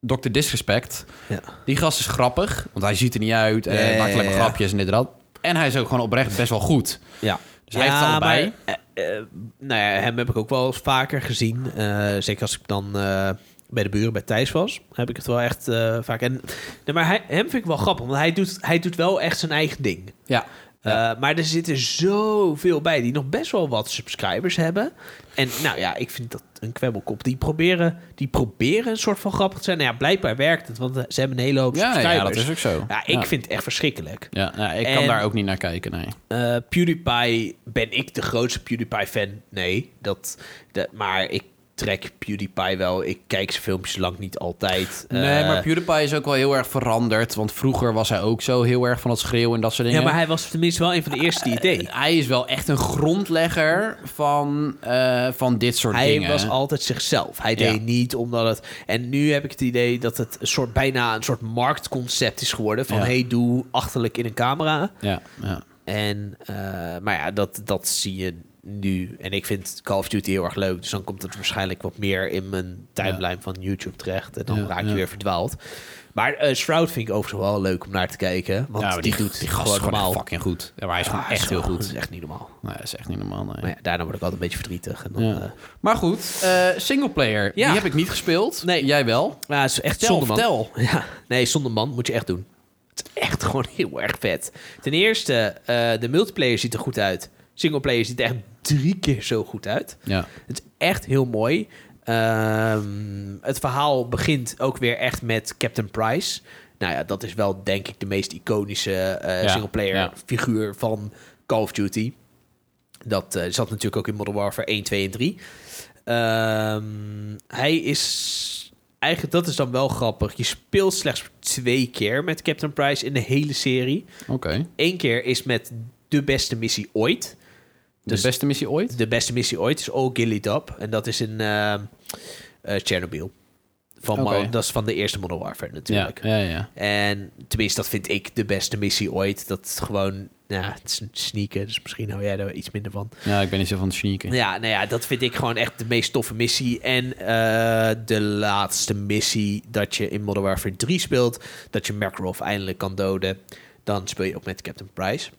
A: Dr. Disrespect.
B: ja.
A: Die gast is grappig, want hij ziet er niet uit. en
B: Ja,
A: hij
B: ja,
A: maakt alleen maar
B: ja.
A: grapjes en dit en dat. En hij is ook gewoon oprecht best wel goed.
B: ja.
A: Dus hij heeft het allebei.
B: maar, eh, eh, nou ja, hem heb ik ook wel eens vaker gezien. Eh, zeker als ik dan eh, bij de buren bij Thijs was. Heb ik het wel echt eh, vaak. En, nee, maar hij, hem vind ik wel grappig. Want hij doet, hij doet wel echt zijn eigen ding.
A: Ja.
B: Eh, maar er zitten zoveel bij die nog best wel wat subscribers hebben. En nou ja, ik vind dat een kwebbelkop. Die proberen, die proberen een soort van grappig te zijn. Nou ja, blijkbaar werkt het, want ze hebben een hele hoop
A: Ja,
B: subscribers.
A: ja, dat is ook zo.
B: Ja, ik
A: Ja.
B: vind het echt verschrikkelijk.
A: Ja, nou, ik kan
B: En-
A: daar ook niet naar kijken, nee.
B: Eh, PewDiePie, ben ik de grootste PewDiePie-fan? Nee, dat, dat, maar ik trek PewDiePie wel. Ik kijk zijn filmpjes lang niet altijd.
A: Nee,
B: Eh,
A: maar PewDiePie is ook wel heel erg veranderd. Want vroeger was hij ook zo heel erg van het schreeuwen en dat soort
B: ja,
A: dingen.
B: maar hij was tenminste wel een van de eerste die het deed.
A: Hij is wel echt een grondlegger van, eh, van dit soort
B: Hij
A: dingen.
B: was altijd zichzelf. Hij
A: Ja.
B: deed niet omdat het... En nu heb ik het idee dat het een soort, bijna een soort marktconcept is geworden. Van,
A: Ja.
B: hey, doe achterlijk in een camera.
A: Ja, ja.
B: En, eh, maar ja, dat, dat zie je nu. En ik vind Call of Duty heel erg leuk. Dus dan komt het waarschijnlijk wat meer in mijn timeline van YouTube terecht. En dan
A: Ja,
B: raak je
A: ja.
B: weer verdwaald. Maar eh Shroud vind ik overigens wel leuk om naar te kijken. Want
A: Ja, maar
B: die, doet
A: Nou, die
B: gewoon
A: gast is gewoon
B: normaal.
A: echt fucking goed. Ja, maar hij is
B: Ja,
A: gewoon
B: hij is
A: echt heel
B: gewoon-
A: goed.
B: Dat is echt niet normaal.
A: Nee, dat is echt niet normaal, nee.
B: Maar ja, daarna word ik altijd een beetje verdrietig. En dan,
A: Ja.
B: eh,
A: Maar goed, eh singleplayer.
B: Ja.
A: Die heb ik niet gespeeld.
B: Nee.
A: Jij wel.
B: Ja, het is echt
A: Vertel,
B: zonder man. (laughs) Ja, nee, zonder man moet je echt doen. Het is echt (laughs) gewoon heel erg vet. Ten eerste, eh, de multiplayer ziet er goed uit. Singleplayer ziet er echt drie keer zo goed uit.
A: Ja.
B: Het is echt heel mooi. Ehm, het verhaal begint ook weer echt met Captain Price. Nou ja, dat is wel denk ik de meest iconische eh,
A: Ja,
B: singleplayer
A: ja.
B: figuur van Call of Duty. Dat eh, zat natuurlijk ook in Modern Warfare 1, 2 en 3. Ehm, hij is. Eigenlijk, dat is dan wel grappig. Je speelt slechts twee keer met Captain Price in de hele serie.
A: Oké.
B: Eén keer is met de beste missie ooit. Dus-
A: de beste missie ooit?
B: De beste missie ooit is All Gillied Up. En dat is in eh eh, Chernobyl. Van
A: Oké.
B: Mo- dat is van de eerste Modern Warfare
A: Ja,
B: natuurlijk.
A: ja, ja.
B: En tenminste, dat vind ik de beste missie ooit. Dat is gewoon, ja, het is een sneaken. Dus misschien hou jij daar iets minder van.
A: Ja, ik ben niet zo van het sneaken.
B: Ja, nou ja, dat vind ik gewoon echt de meest toffe missie. En eh, de laatste missie dat je in Modern Warfare 3 speelt, dat je Makarov eindelijk kan doden, dan speel je ook met Captain Price.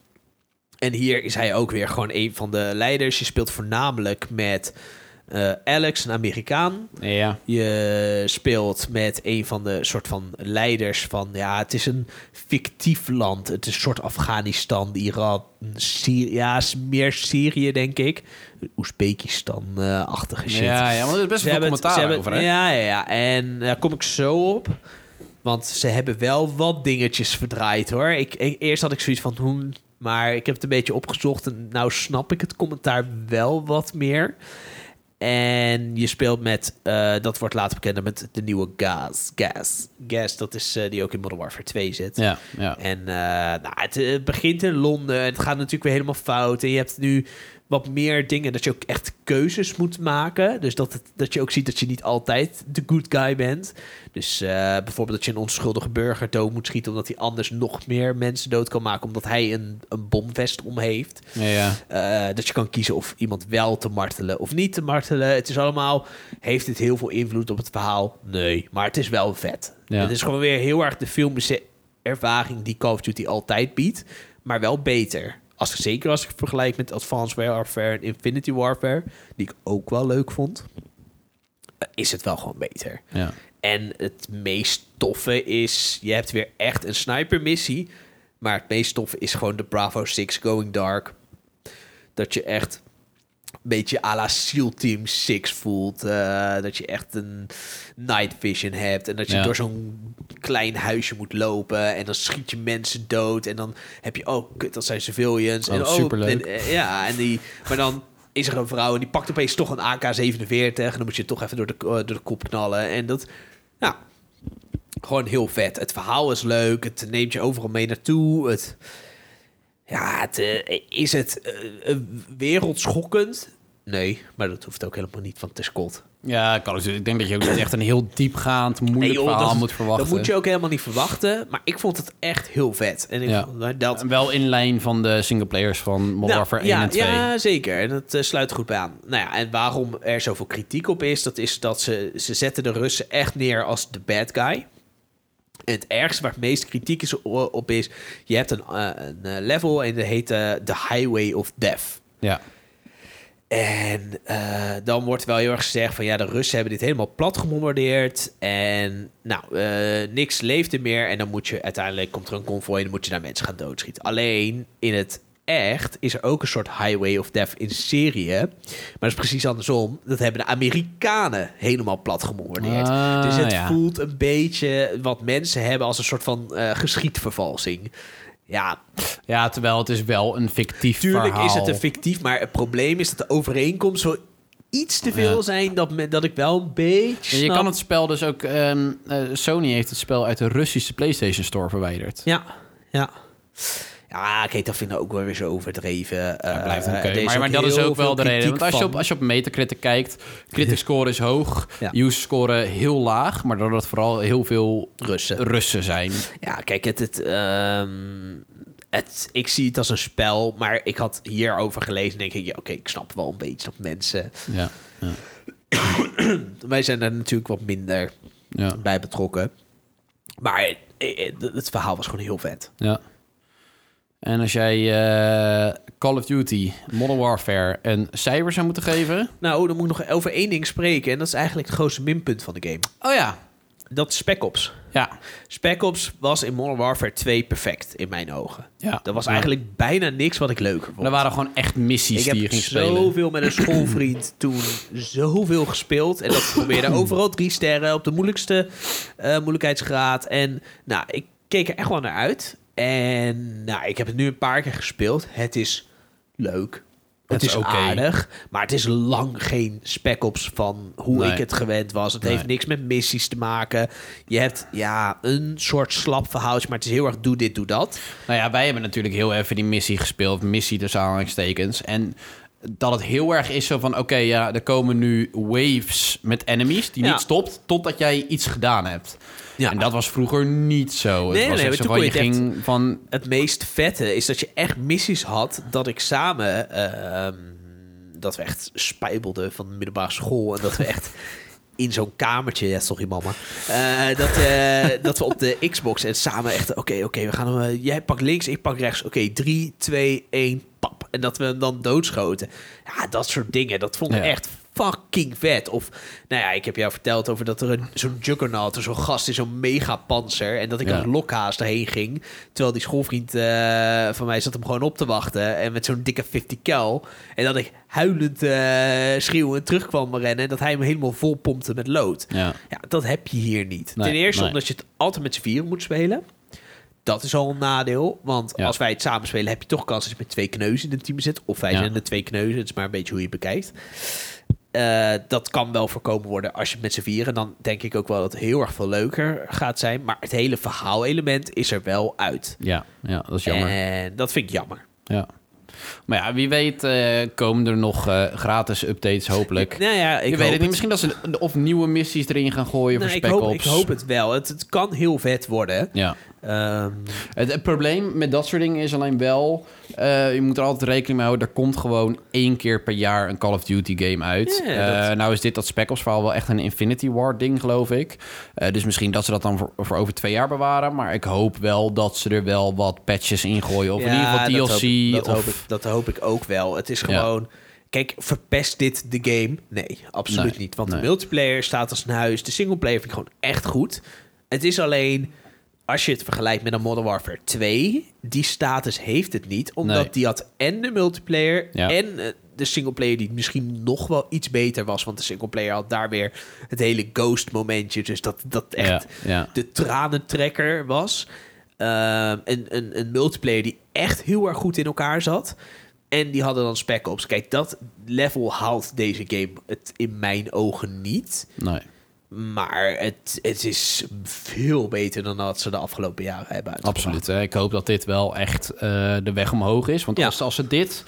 B: En hier is hij ook weer gewoon een van de leiders. Je speelt voornamelijk met eh, Alex, een Amerikaan.
A: Ja.
B: Je speelt met een van de soort van leiders van... Ja, het is een fictief land. Het is een soort Afghanistan, Iran, Syrië... Ja, is meer Syrië, denk ik. Oezbekistan-achtige shit.
A: Ja, ja, want er is best
B: Ze
A: wel veel
B: hebben het-
A: commentaar
B: ze hebben-
A: over, hè?
B: Ja, ja, ja. En daar kom ik zo op. Want ze hebben wel wat dingetjes verdraaid, hoor. Ik, ik- eerst had ik zoiets van... Hoe, maar ik heb het een beetje opgezocht... en nou snap ik het commentaar wel wat meer. En je speelt met... eh, dat wordt later bekend met de nieuwe Gas. Gas, Gas dat is eh, die ook in Modern Warfare 2 zit.
A: Ja, ja.
B: En eh, nou, het, eh, begint in Londen. Het gaat natuurlijk weer helemaal fout. En je hebt nu wat meer dingen dat je ook echt keuzes moet maken. Dus dat, het, dat je ook ziet dat je niet altijd de good guy bent. Dus eh, bijvoorbeeld dat je een onschuldige burger dood moet schieten... omdat hij anders nog meer mensen dood kan maken... omdat hij een, een bomvest om heeft.
A: Ja, ja.
B: Eh, dat je kan kiezen of iemand wel te martelen of niet te martelen. Het is allemaal... Heeft dit heel veel invloed op het verhaal? Nee. Maar het is wel vet.
A: Ja.
B: Het is gewoon weer heel erg de filmische ervaring... die Call of Duty altijd biedt. Maar wel beter. Als, zeker als ik het vergelijk met Advanced Warfare en Infinity Warfare... die ik ook wel leuk vond. eh, Is het wel gewoon beter.
A: Ja.
B: En het meest toffe is, je hebt weer echt een snipermissie. Maar het meest toffe is gewoon de Bravo 6 Going Dark. Dat je echt een beetje à la SEAL Team 6 voelt. eh, dat je echt een night vision hebt. En dat je
A: Ja.
B: door zo'n klein huisje moet lopen. En dan schiet je mensen dood. En dan heb je, oh kut, dat zijn civilians.
A: Oh,
B: en, oh,
A: superleuk.
B: en, eh, ja, en die, maar dan is er een vrouw en die pakt opeens toch een AK-47. En dan moet je toch even door de, eh, door de kop knallen. En dat, nou, gewoon heel vet. Het verhaal is leuk. Het neemt je overal mee naartoe. Het, ja, het, eh, is het eh, eh, wereldschokkend? Nee, maar dat hoeft ook helemaal niet van Tescott.
A: Ja, kan ook. Ik denk dat je ook niet echt een heel diepgaand, moeilijk verhaal moet verwachten.
B: Dat moet je ook helemaal niet verwachten. Maar ik vond het echt heel vet. En ik
A: Ja.
B: vond, nou, dat,
A: En Wel in lijn van de singleplayers van Modern
B: Nou,
A: Warfare 1
B: ja,
A: en 2.
B: Ja, zeker. En dat eh, sluit goed bij aan. Nou ja, en waarom er zoveel kritiek op is, dat is dat ze, ze zetten de Russen echt neer als de bad guy. En het ergste waar het meest kritiek is o- op is, je hebt een, eh, een eh, level en dat heet eh, de Highway of Death.
A: Ja.
B: En eh, dan wordt wel heel erg gezegd van ja, de Russen hebben dit helemaal plat gebombardeerd. En nou, eh, niks leeft er meer. En dan moet je uiteindelijk, komt er een konvooi en dan moet je daar mensen gaan doodschieten. Alleen in het echt is er ook een soort highway of death in Syrië. Maar dat is precies andersom. Dat hebben de Amerikanen helemaal plat gebombardeerd.
A: Ah,
B: dus het
A: ja.
B: voelt een beetje wat mensen hebben als een soort van eh, geschiedvervalsing. Ja,
A: ja, terwijl het is wel een fictief
B: Tuurlijk
A: verhaal.
B: is het een fictief, maar het probleem is dat de overeenkomst zo iets te veel
A: Ja.
B: zijn dat, me, dat ik wel een beetje.
A: En je
B: snap-
A: kan het spel dus ook... ehm, eh, Sony heeft het spel uit de Russische PlayStation Store verwijderd.
B: Ja, ja. Ja, kijk, dat vind ik ook wel weer zo overdreven.
A: Dat blijft
B: Eh,
A: oké.
B: er
A: Maar, maar dat is
B: heel
A: ook wel
B: veel
A: de reden. Want
B: kritiek
A: als je, op,
B: van.
A: als je op Metacritic kijkt, critic
B: (laughs)
A: score is hoog,
B: Ja.
A: user score heel laag, maar doordat vooral heel veel
B: Russen.
A: Russen
B: (laughs)
A: zijn.
B: Ja, kijk, het, het, ehm, het, ik zie het als een spel, maar ik had hierover gelezen en denk ik, ja, oké, ik snap wel een beetje dat mensen...
A: Ja. Ja.
B: Wij zijn er natuurlijk wat minder
A: Ja.
B: bij betrokken. Maar eh, eh, het verhaal was gewoon heel vet.
A: ja. En als jij eh, Call of Duty, Modern Warfare een cijfer zou moeten geven...
B: Nou, dan moet ik nog over één ding spreken. En dat is eigenlijk het grootste minpunt van de game.
A: Oh ja.
B: Dat is Spec Ops.
A: Ja.
B: Spec Ops was in Modern Warfare 2 perfect, in mijn ogen.
A: Ja.
B: Dat was
A: Ja.
B: eigenlijk bijna niks wat ik leuker vond.
A: Er waren gewoon echt missies
B: ik heb
A: die je ging spelen.
B: zoveel met een schoolvriend (clears throat) toen zoveel gespeeld. En dat
A: (clears throat)
B: probeerde overal drie sterren op de moeilijkste eh, moeilijkheidsgraad. En nou, ik keek er echt wel naar uit. En nou, ik heb het nu een paar keer gespeeld. Het is leuk. Het,
A: Het
B: is
A: is oké.
B: aardig, maar het is lang geen spec ops van hoe
A: Nee.
B: ik het gewend was. Het heeft
A: Nee.
B: niks met missies te maken. Je hebt ja een soort slap verhaaltje, maar het is heel erg doe dit, doe dat.
A: Nou ja, wij hebben natuurlijk heel even die missie gespeeld. Missie tussen aanhalingstekens. En dat het heel erg is zo van... Oké, ja, er komen nu waves met enemies die
B: Ja.
A: niet stopt... totdat jij iets gedaan hebt.
B: Ja.
A: En dat was vroeger niet zo.
B: Nee,
A: was
B: nee,
A: echt
B: maar
A: zo
B: toen
A: van,
B: kon je het
A: ging van...
B: het meest vette is dat je echt missies had dat ik samen. ehm, dat we echt spijbelden van de middelbare school. En dat we echt in zo'n kamertje. Ja, sorry mama. eh, dat, eh, dat we op de Xbox en samen echt. Oké, oké, we gaan. hem, eh, jij pakt links, ik pak rechts. Oké, 3, 2, 1, pap. En dat we hem dan doodschoten. Ja, dat soort dingen. Dat vond ik
A: Ja.
B: echt fucking vet. Of, nou ja, ik heb jou verteld over dat er een- zo'n juggernaut, zo'n gast in zo'n megapanzer. En dat ik
A: Ja.
B: als lokhaas daarheen ging. Terwijl die schoolvriend eh, van mij zat hem gewoon op te wachten. En met zo'n dikke 50 cal. En dat ik huilend, eh, schreeuwend terugkwam rennen. En dat hij me helemaal vol pompte met lood.
A: Ja.
B: dat heb je hier niet.
A: Nee,
B: Ten eerste
A: nee.
B: omdat je het altijd met z'n vieren moet spelen. Dat is al een nadeel. Want
A: Ja.
B: als wij het samen spelen, heb je toch kans dat je met twee kneuzen in het team zit. Of wij
A: Ja.
B: zijn de twee kneuzen. Het is maar een beetje hoe je het bekijkt. Eh, dat kan wel voorkomen worden als je het met z'n vieren. Dan denk ik ook wel dat het heel erg veel leuker gaat zijn. Maar het hele verhaalelement is er wel uit.
A: Ja, ja, dat is jammer.
B: En dat vind ik jammer.
A: Ja. Maar ja, wie weet eh, komen er nog eh, gratis updates hopelijk.
B: Nou (laughs) ja, ik
A: je
B: hoop
A: weet het
B: het.
A: niet. Misschien dat ze een- of nieuwe missies erin gaan gooien
B: Nou,
A: voor
B: ik,
A: Spec
B: hoop,
A: Ops.
B: ik hoop het wel. Het, het kan heel vet worden.
A: Ja.
B: Ehm,
A: Het, het probleem met dat soort dingen is alleen wel... eh, je moet er altijd rekening mee houden. Er komt gewoon één keer per jaar een Call of Duty game uit.
B: Ja, dat-
A: Eh, nou is dit dat Spec Ops verhaal wel echt een Infinity War ding, geloof ik. Eh, dus misschien dat ze dat dan voor, voor over twee jaar bewaren. Maar ik hoop wel dat ze er wel wat patches in gooien. Of
B: ja,
A: in ieder
B: dat
A: geval
B: hoop
A: DLC.
B: ik- Dat,
A: of...
B: hoop ik, dat hoop ik ook wel. Het is
A: Ja.
B: gewoon... Kijk, verpest dit de game? Nee, absoluut
A: Nee,
B: niet. Want
A: nee.
B: de multiplayer staat als een huis. De singleplayer vind ik gewoon echt goed. Het is alleen... als je het vergelijkt met een Modern Warfare 2, die status heeft het niet. Omdat
A: Nee.
B: die had en de multiplayer
A: Ja.
B: en eh, de singleplayer die misschien nog wel iets beter was. Want de singleplayer had daar weer het hele ghost momentje. Dus dat, dat echt
A: Ja, ja.
B: de tranentrekker was. Ehm, een, een, een multiplayer die echt heel erg goed in elkaar zat. En die hadden dan Spec Ops. Kijk, dat level haalt deze game het in mijn ogen niet.
A: Nee.
B: Maar het, het is veel beter dan dat ze de afgelopen jaren hebben uitgebracht.
A: Absoluut. hè. Ik hoop dat dit wel echt eh, de weg omhoog is. Want
B: Ja.
A: als, als ze dit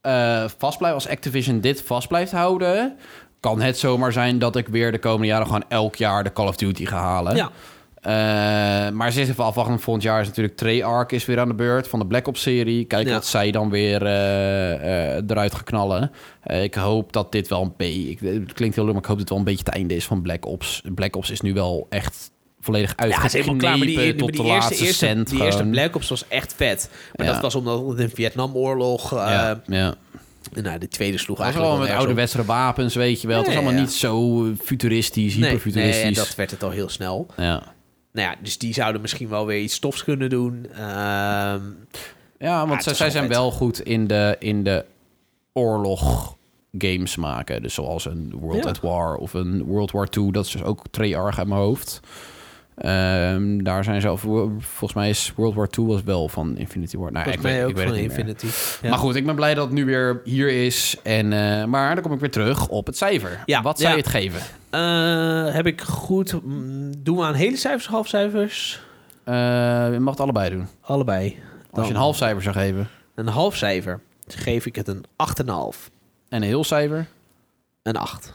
A: eh vast blijven, als Activision dit vast blijft houden, kan het zomaar zijn dat ik weer de komende jaren gewoon elk jaar de Call of Duty ga halen.
B: Ja.
A: Eh, maar ze is even afwachten. Volgend jaar is natuurlijk Treyarch is weer aan de beurt van de Black Ops serie. Kijken
B: Ja.
A: wat zij dan weer eh, eh, eruit gaan knallen. Eh, ik hoop dat dit wel een beetje... ik- Het klinkt heel leuk, maar ik hoop dat het wel een beetje het einde is van Black Ops. Black Ops is nu wel echt volledig
B: Ja, het is helemaal
A: uitgeknepen
B: klaar. Maar die, maar
A: tot
B: die
A: de
B: eerste,
A: laatste
B: eerste,
A: cent.
B: die eerste
A: gewoon.
B: Black Ops was echt vet. Maar
A: Ja.
B: dat was omdat het een Vietnamoorlog... eh
A: ja, ja.
B: Nou, de tweede sloeg
A: Het was
B: eigenlijk
A: allemaal
B: wel
A: met
B: nergens
A: ouderwetse
B: op.
A: wapens, weet je wel. het was
B: Ja, ja,
A: allemaal
B: ja.
A: niet zo eh, futuristisch,
B: Nee, nee, en
A: hyperfuturistisch.
B: dat werd het al heel snel.
A: ja.
B: Nou ja, dus die zouden misschien wel weer iets tofs kunnen doen. Ehm,
A: ja, want zij,
B: het was
A: zij
B: wel
A: zijn
B: vet.
A: wel goed in de, in de oorlog games maken. Dus zoals een World
B: Ja.
A: at War of een World War II. Dat is dus ook Treyarch uit mijn hoofd. Ehm, daar zijn ze... over- Volgens mij is World War II was wel van Infinity War. Nou, ik
B: volgens
A: weet,
B: mij
A: ik
B: ook
A: weet
B: van
A: het niet meer.
B: Infinity. Ja.
A: Maar goed, ik ben blij dat het nu weer hier is. En, eh, maar dan kom ik weer terug op het cijfer.
B: Ja,
A: Wat zou
B: ja.
A: je het geven?
B: Eh, heb ik goed... mm, doen we aan hele cijfers, halfcijfers?
A: Eh, je mag het allebei doen.
B: Allebei.
A: Als je een half cijfer zou geven.
B: Een half cijfer geef ik het een 8,5.
A: En een heel cijfer,
B: Een 8.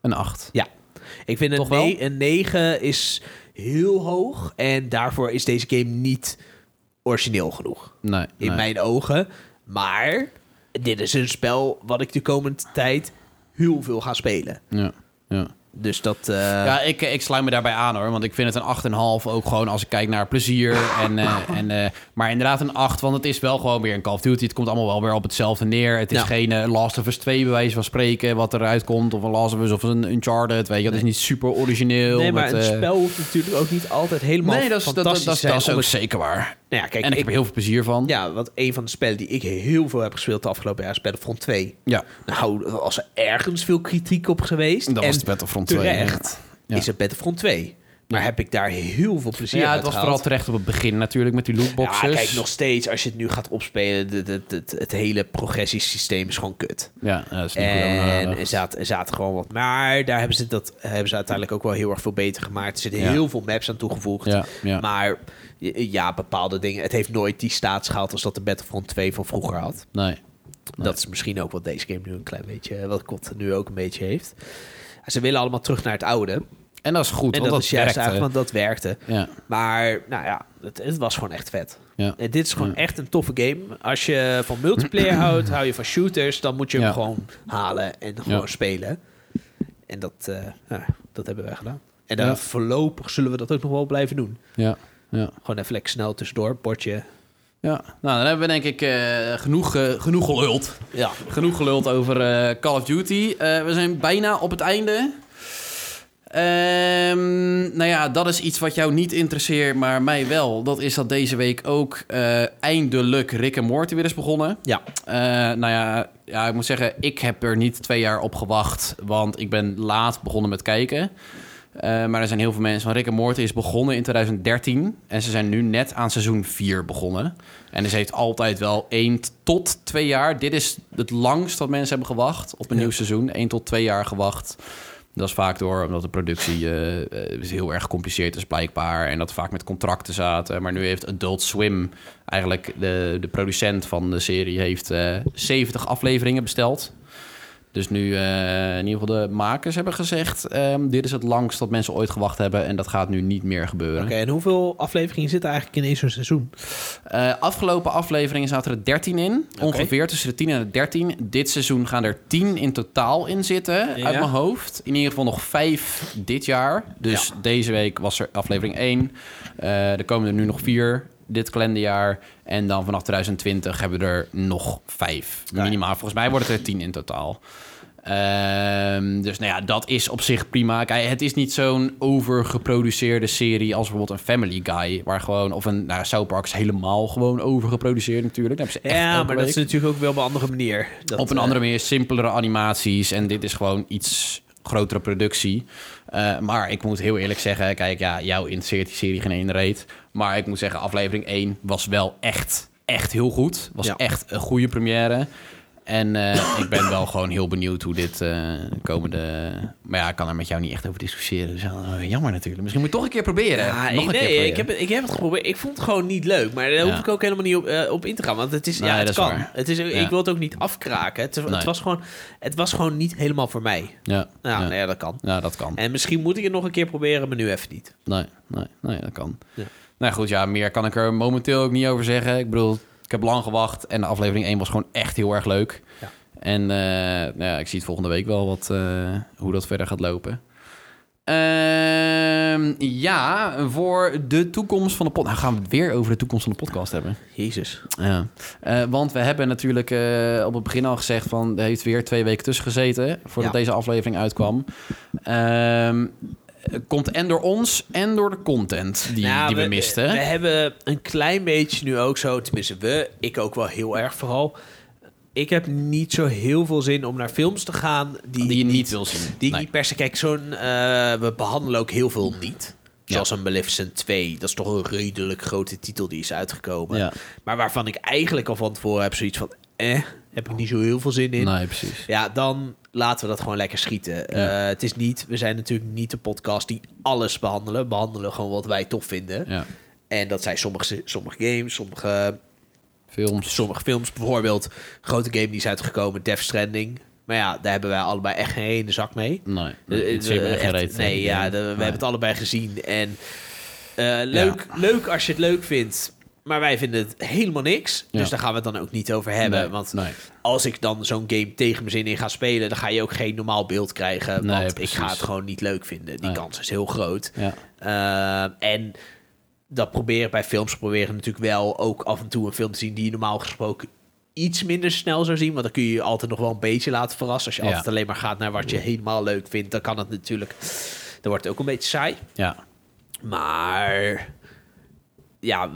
A: een 8.
B: Ja. Ik vind een,
A: Toch wel?
B: ne- een 9 is heel hoog. En daarvoor is deze game niet origineel genoeg.
A: Nee,
B: In
A: nee.
B: mijn ogen. Maar dit is een spel wat ik de komende tijd heel veel ga spelen.
A: Ja, ja.
B: Dus dat... eh,
A: ja ik, ik sluit me daarbij aan hoor. Want ik vind het een 8,5 ook gewoon als ik kijk naar plezier. (laughs) En, eh, en, eh, maar inderdaad een 8, want het is wel gewoon weer een Call of Duty. Het komt allemaal wel weer op hetzelfde neer. Het is
B: Ja.
A: geen eh, Last of Us 2 bij wijze van spreken wat eruit komt. Of een Last of Us of een Uncharted. Weet je, dat is niet super origineel.
B: Nee, maar
A: met,
B: een
A: eh,
B: spel hoeft natuurlijk ook niet altijd helemaal
A: Nee, dat is, dat, dat,
B: fantastisch
A: dat, dat
B: zijn
A: is
B: om
A: ook
B: het-
A: zeker waar.
B: Nou ja, kijk,
A: en ik,
B: ik-
A: heb er heel veel plezier van.
B: Ja, want een van de spellen die ik heel veel heb gespeeld de afgelopen jaar is Battlefront 2.
A: Ja.
B: Nou, als er ergens veel kritiek op geweest...
A: Dan
B: en
A: was het Battlefront 2,
B: terecht,
A: ja.
B: is het Battlefront 2. Maar heb ik daar heel veel plezier
A: Ja,
B: uit
A: het was
B: gehaald.
A: vooral terecht op het begin natuurlijk met die lootboxes.
B: Ja, kijk, nog steeds, als je het nu gaat opspelen... de- de- de- het hele progressiesysteem is gewoon kut.
A: Ja, dat is niet goed
B: En
A: aanraden.
B: er zaten, er zaten gewoon wat. Maar daar hebben ze, dat, hebben ze uiteindelijk ook wel heel erg veel beter gemaakt. Er zitten
A: Ja.
B: heel veel maps aan toegevoegd.
A: Ja, ja.
B: Maar j- ja, bepaalde dingen. Het heeft nooit die staats gehaald als dat de Battlefront 2 van vroeger had.
A: Nee.
B: Dat is misschien ook wat deze game nu een klein beetje, wat COD nu ook een beetje heeft. Ze willen allemaal terug naar het oude. En
A: En dat is goed,
B: dat,
A: want dat,
B: is juist
A: werkt, hè.
B: eigenlijk, want dat werkte.
A: Ja.
B: Maar nou ja, het, het was gewoon echt vet.
A: Ja.
B: En dit is gewoon echt een toffe game. Als je van
A: (clears throat)
B: multiplayer houdt, hou je van shooters, dan moet je hem
A: Ja.
B: gewoon halen en gewoon
A: Ja.
B: spelen. En dat, eh, nou, dat hebben wij gedaan. En dan
A: Ja.
B: voorlopig zullen we dat ook nog wel blijven doen.
A: Ja, ja.
B: Gewoon even lekker snel tussendoor, bordje.
A: Ja, nou dan hebben we denk ik eh, genoeg, eh, genoeg geluld.
B: Ja.
A: Genoeg geluld over eh, Call of Duty. Eh, we zijn bijna op het einde. Ehm, nou ja, dat is iets wat jou niet interesseert, maar mij wel. Dat is dat deze week ook eh, eindelijk Rick en Morty weer is begonnen.
B: Ja.
A: Eh, nou ja, ja, ik moet zeggen, ik heb er niet twee jaar op gewacht, want ik ben laat begonnen met kijken. Eh, maar er zijn heel veel mensen van Rick en Morty is begonnen in 2013 en ze zijn nu net aan seizoen 4 begonnen. En dus heeft altijd wel 1 tot 2 jaar. Dit is het langst dat mensen hebben gewacht op een nieuw seizoen. 1 tot 2 jaar gewacht. Dat is vaak door omdat de productie eh, eh, is heel erg gecompliceerd is blijkbaar. En dat vaak met contracten zaten. Maar nu heeft Adult Swim, eigenlijk de, de producent van de serie, heeft eh 70 afleveringen besteld. Dus nu eh, in ieder geval de makers hebben gezegd... ehm, dit is het langst dat mensen ooit gewacht hebben... en dat gaat nu niet meer gebeuren.
B: Oké, en hoeveel afleveringen zitten eigenlijk in één zo'n seizoen?
A: Eh, afgelopen afleveringen zaten er 13 in. Ongeveer tussen de 10 en de 13. Dit seizoen gaan er 10 in totaal in zitten.
B: Ja.
A: Uit mijn hoofd. In ieder geval nog 5 dit jaar. Dus deze week was er aflevering 1. Eh, er komen er nu nog 4 dit kalenderjaar. En dan vanaf 2020 hebben we er nog 5. Minimaal. Volgens mij worden het er 10 in totaal. Eh, Ehm, dus nou ja, dat is op zich prima. Kijk, het is niet zo'n overgeproduceerde serie als bijvoorbeeld een Family Guy. Waar gewoon, of een nou, South Park is helemaal gewoon overgeproduceerd natuurlijk. Daar hebben ze echt
B: Ja,
A: elke
B: maar dat
A: week.
B: is natuurlijk ook wel op een andere manier. Dat,
A: op een
B: eh,
A: andere manier simpelere animaties. En dit is gewoon iets grotere productie. Eh, maar ik moet heel eerlijk zeggen, kijk, ja, jou interesseert die serie geen ene reet. Maar ik moet zeggen, aflevering 1 was wel echt, echt heel goed. Was
B: Ja.
A: echt een goede première. En eh, ik ben wel gewoon heel benieuwd hoe dit eh, komende... Maar ja, ik kan er met jou niet echt over discussiëren. Dus eh, jammer natuurlijk. Misschien moet je het toch een keer proberen. Nog
B: Ja,
A: een
B: ik-
A: keer
B: Ah, nee,
A: proberen.
B: ik, heb, het- ik heb het geprobeerd. Ik vond het gewoon niet leuk. Maar daar
A: Ja.
B: hoef ik ook helemaal niet op, eh, op in te gaan. Want het is,
A: Nee,
B: ja, het
A: dat is
B: kan.
A: waar.
B: Het is,
A: Ja.
B: Ik wil het ook niet afkraken. Het, het,
A: Nee.
B: was gewoon, het was gewoon niet helemaal voor mij.
A: Ja, ja.
B: Nou, nou ja, dat kan.
A: Ja, dat kan.
B: En misschien moet ik het nog een keer proberen, maar nu even niet.
A: Nee, nee, nee, dat kan.
B: Ja.
A: Nou goed, ja, meer kan ik er momenteel ook niet over zeggen. Ik bedoel, ik heb lang gewacht en de aflevering 1 was gewoon echt heel erg leuk.
B: Ja.
A: En eh, nou ja, ik zie het volgende week wel wat, eh, hoe dat verder gaat lopen. Ehm, ja, voor de toekomst van de podcast. Nou gaan we het weer over de toekomst van de podcast hebben.
B: Jezus.
A: Ja. Eh, want we hebben natuurlijk eh, op het begin al gezegd van... er heeft weer twee weken tussen gezeten voordat
B: Ja.
A: deze aflevering uitkwam. Ehm, komt en door ons en door de content die,
B: Nou,
A: die we, misten.
B: We hebben een klein beetje nu ook zo, tenminste we, ik ook wel heel erg vooral. Ik heb niet zo heel veel zin om naar films te gaan die,
A: die je
B: ik
A: niet wil zien.
B: Die ik
A: Nee.
B: niet per se... Kijk, zo'n, eh, we behandelen ook heel veel niet. Zoals een Maleficent 2. Dat is toch een redelijk grote titel die is uitgekomen.
A: Ja.
B: Maar waarvan ik eigenlijk al van tevoren heb zoiets van... Eh, heb ik niet zo heel veel zin in.
A: Nee, precies.
B: Ja, dan laten we dat gewoon lekker schieten. Eh, het is niet... We zijn natuurlijk niet de podcast die alles behandelen. We behandelen gewoon wat wij tof vinden.
A: Ja.
B: En dat zijn sommige, sommige games, sommige
A: Films.
B: sommige films. Bijvoorbeeld, grote game die is uitgekomen, Death Stranding. Maar ja, daar hebben wij allebei echt geen ene zak mee.
A: Nee,
B: Eh,
A: het zeer me
B: eh,
A: echt geen reet.
B: nee, ja, de- we
A: Nee.
B: hebben het allebei gezien. En eh, leuk, leuk als je het leuk vindt. Maar wij vinden het helemaal niks.
A: Ja.
B: Dus daar gaan we het dan ook niet over hebben.
A: Nee,
B: want
A: nee.
B: als ik dan zo'n game tegen mijn zin in ga spelen... dan ga je ook geen normaal beeld krijgen.
A: Nee,
B: want
A: precies.
B: ik ga het gewoon niet leuk vinden. Die
A: Nee.
B: kans is heel groot.
A: Ja.
B: Eh, en dat proberen bij films proberen we natuurlijk wel ook af en toe een film te zien die je normaal gesproken iets minder snel zou zien. Want dan kun je je altijd nog wel een beetje laten verrassen. Als je
A: Ja.
B: altijd alleen maar gaat naar wat je helemaal leuk vindt, dan kan het natuurlijk. Dan wordt het ook een beetje saai.
A: Ja.
B: Maar ja,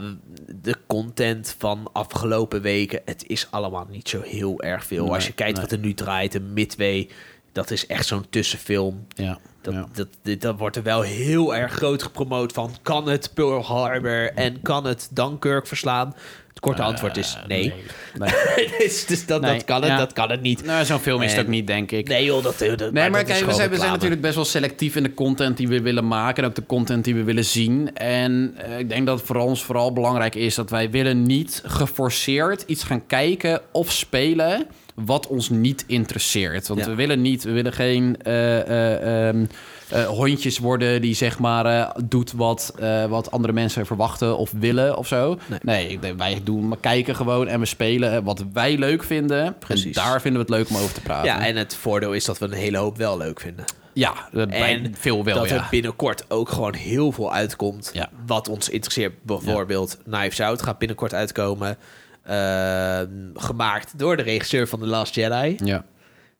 B: de content van afgelopen weken, het is allemaal niet zo heel erg veel.
A: Nee,
B: Als je kijkt
A: nee.
B: wat er nu draait, een midway, dat is echt zo'n tussenfilm.
A: Ja.
B: Dat,
A: ja.
B: dat, dit- dat wordt er wel heel erg groot gepromoot van... kan het Pearl Harbor en kan het Dunkirk verslaan? Het korte antwoord is nee.
A: Eh,
B: (laughs)
A: Nee.
B: dus dus dat,
A: Nee,
B: dat kan het,
A: ja.
B: dat kan het niet.
A: Nou, zo'n film is het
B: En-
A: ook niet, denk ik.
B: Nee joh, dat, dat Nee,
A: Nee, maar, kijk, we zijn, we zijn natuurlijk best wel selectief in de content die we willen maken. En ook de content die we willen zien. En eh, ik denk dat het voor ons vooral belangrijk is dat wij willen niet geforceerd iets gaan kijken of spelen wat ons niet interesseert. Want
B: Ja.
A: we willen niet, we willen geen eh, eh, ehm, eh, hondjes worden die zeg maar eh, doet wat, eh, wat andere mensen verwachten of willen of zo. Nee, ik denk, wij doen, maar kijken gewoon en we spelen eh, wat wij leuk vinden.
B: Precies.
A: En daar vinden we het leuk om over te praten.
B: Ja, en het voordeel is dat we een hele hoop wel leuk vinden.
A: Ja, bij
B: En
A: veel wel,
B: dat
A: ja.
B: er binnenkort ook gewoon heel veel uitkomt.
A: Ja.
B: Wat ons interesseert. Bijvoorbeeld Knives Out gaat binnenkort uitkomen. Ehm, gemaakt door de regisseur van The Last Jedi.
A: Ja.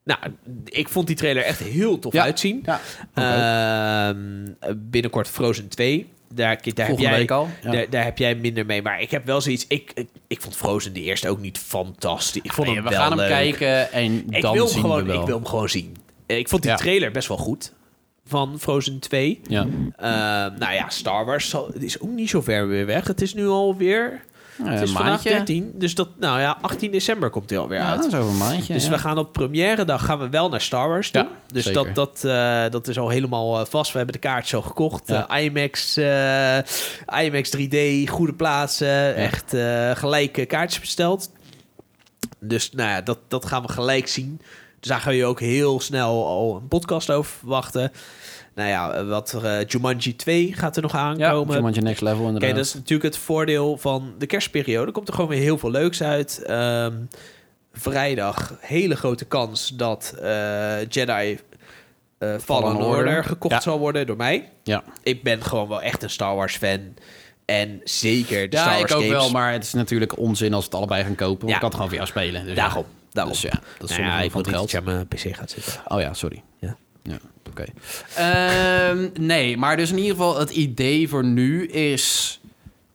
B: Nou, ik vond die trailer echt heel tof
A: Ja,
B: uitzien.
A: ja,
B: Ehm, binnenkort Frozen 2. Daar, daar, heb
A: Volgende
B: jij,
A: week al, ja.
B: daar, daar heb jij minder mee. Maar ik heb wel zoiets... Ik, ik, ik vond Frozen de eerste ook niet fantastisch. Ik vond
A: Nee,
B: hem
A: we
B: wel
A: gaan hem
B: leuk.
A: kijken en
B: Ik
A: dan
B: wil, hem
A: zien
B: gewoon,
A: we wel.
B: ik wil hem gewoon zien. Eh, Ik vond die
A: Ja.
B: trailer best wel goed van Frozen 2.
A: Ja.
B: Ehm, nou ja, Star Wars zal- het is ook niet zo ver weer weg. Het is nu alweer...
A: Nou Ja,
B: het is
A: een
B: vandaag
A: maandje.
B: 13. Dus dat, nou ja, 18 december komt hij alweer
A: Ja,
B: uit.
A: dat is over een maandje.
B: Dus
A: ja.
B: we gaan op première dag gaan we wel naar Star Wars toe.
A: Ja,
B: dus
A: zeker.
B: dat, dat, eh, dat is al helemaal eh, vast. We hebben de kaartjes al gekocht.
A: Ja.
B: Eh, IMAX, eh, IMAX 3D, goede plaatsen. Echt eh gelijk eh, kaartjes besteld. Dus nou ja, dat, dat gaan we gelijk zien. Dus daar ga je ook heel snel al een podcast over verwachten. Nou ja, eh, wat eh, Jumanji 2 gaat er nog
A: ja,
B: aankomen.
A: Jumanji Next Level inderdaad.
B: Kijk, dat is natuurlijk het voordeel van de kerstperiode. Er komt er gewoon weer heel veel leuks uit. Ehm, vrijdag, hele grote kans dat eh, Jedi eh Fallen,
A: Fallen
B: Order,
A: Order.
B: gekocht
A: Ja.
B: zal worden door mij.
A: Ja,
B: Ik ben gewoon wel echt een Star Wars fan. En zeker de Star
A: ja
B: Wars
A: ik ook
B: games.
A: wel, maar het is natuurlijk onzin als we het allebei gaan kopen. Want
B: Ja.
A: ik kan het gewoon voor jou spelen. Dus ja.
B: Daarom. daarom.
A: Dus ja, dat is
B: Nou ja,
A: zonde
B: ik
A: van
B: wil
A: het geld.
B: niet dat je aan mijn pc gaat zitten.
A: Oh ja, sorry.
B: Ja.
A: Ja, oké. Ehm, nee, maar dus in ieder geval het idee voor nu is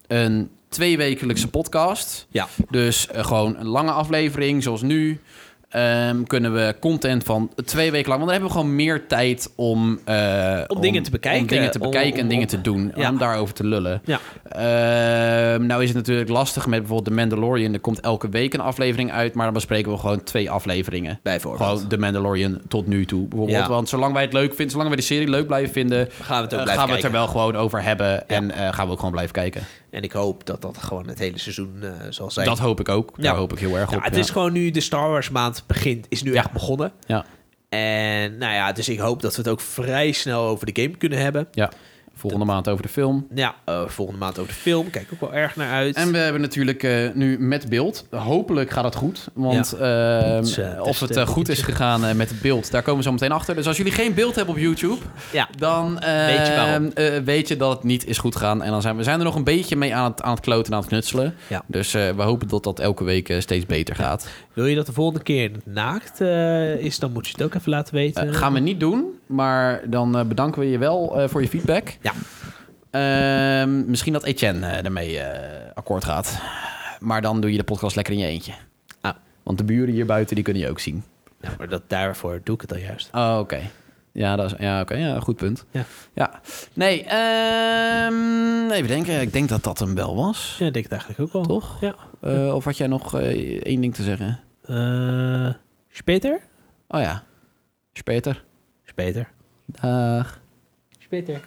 A: een tweewekelijkse podcast.
B: Ja.
A: Dus eh, gewoon een lange aflevering, zoals nu. Ehm, kunnen we content van twee weken lang... Want dan hebben we gewoon meer tijd om... eh,
B: Om dingen te bekijken.
A: Om dingen te
B: Om-
A: bekijken en
B: om-
A: dingen
B: om-
A: te doen.
B: Ja.
A: Om daarover te lullen.
B: Ja.
A: Ehm, nou is het natuurlijk lastig met bijvoorbeeld The Mandalorian. Er komt elke week een aflevering uit, maar dan bespreken we gewoon twee afleveringen.
B: Bijvoorbeeld.
A: Gewoon The Mandalorian tot nu toe. Bijvoorbeeld.
B: Ja.
A: Want zolang wij het leuk vinden, zolang wij de serie leuk blijven vinden,
B: Gaan we het ook
A: eh,
B: blijven
A: gaan we het er
B: kijken.
A: wel gewoon over hebben. En eh, gaan we ook gewoon blijven kijken.
B: En ik hoop dat dat gewoon het hele seizoen eh, zal zijn.
A: Dat hoop ik ook. Daar hoop ik heel erg
B: Ja,
A: op.
B: het
A: ja.
B: is gewoon nu de Star Wars maand begint, is nu echt begonnen.
A: ja.
B: En nou ja, dus ik hoop dat we het ook vrij snel over de game kunnen hebben.
A: ja. Volgende maand over de film.
B: Ja, eh, volgende maand over de film. Kijk ook wel erg naar uit.
A: En we hebben natuurlijk eh, nu met beeld. Hopelijk gaat het goed. Want eh,
B: Dus, eh,
A: of het
B: testen,
A: eh, goed is
B: toetsen.
A: gegaan eh, met het beeld, daar komen we zo meteen achter. Dus als jullie geen beeld hebben op YouTube,
B: Ja,
A: dan eh,
B: Weet je waarom.
A: eh, weet je dat het niet is goed gegaan. En dan zijn we zijn er nog een beetje mee aan het, aan het kloten en aan het knutselen.
B: Ja.
A: Dus eh, we hopen dat dat elke week eh, steeds beter gaat.
B: wil je dat de volgende keer naakt eh, is, dan moet je het ook even laten weten.
A: Eh, gaan we niet doen, maar dan eh, bedanken we je wel eh, voor je feedback.
B: Ja,
A: Ehm, misschien dat Etienne eh, ermee eh, akkoord gaat. Maar dan doe je de podcast lekker in je eentje.
B: Ah.
A: Want de buren hier buiten, die kunnen je ook zien.
B: Ja, nou, maar dat, daarvoor doe ik het dan juist.
A: Oh, oké. Ja, dat is, ja, oké. ja, goed punt.
B: Ja.
A: Ja. Nee, ehm, even denken. Ik denk dat dat hem wel was.
B: Ja, denk ik het eigenlijk ook wel.
A: Toch?
B: Ja.
A: Eh, of had jij nog eh, één ding te zeggen?
B: Eh, Speter?
A: Oh ja. Speter.
B: Speter.
A: Dag.
B: Speter.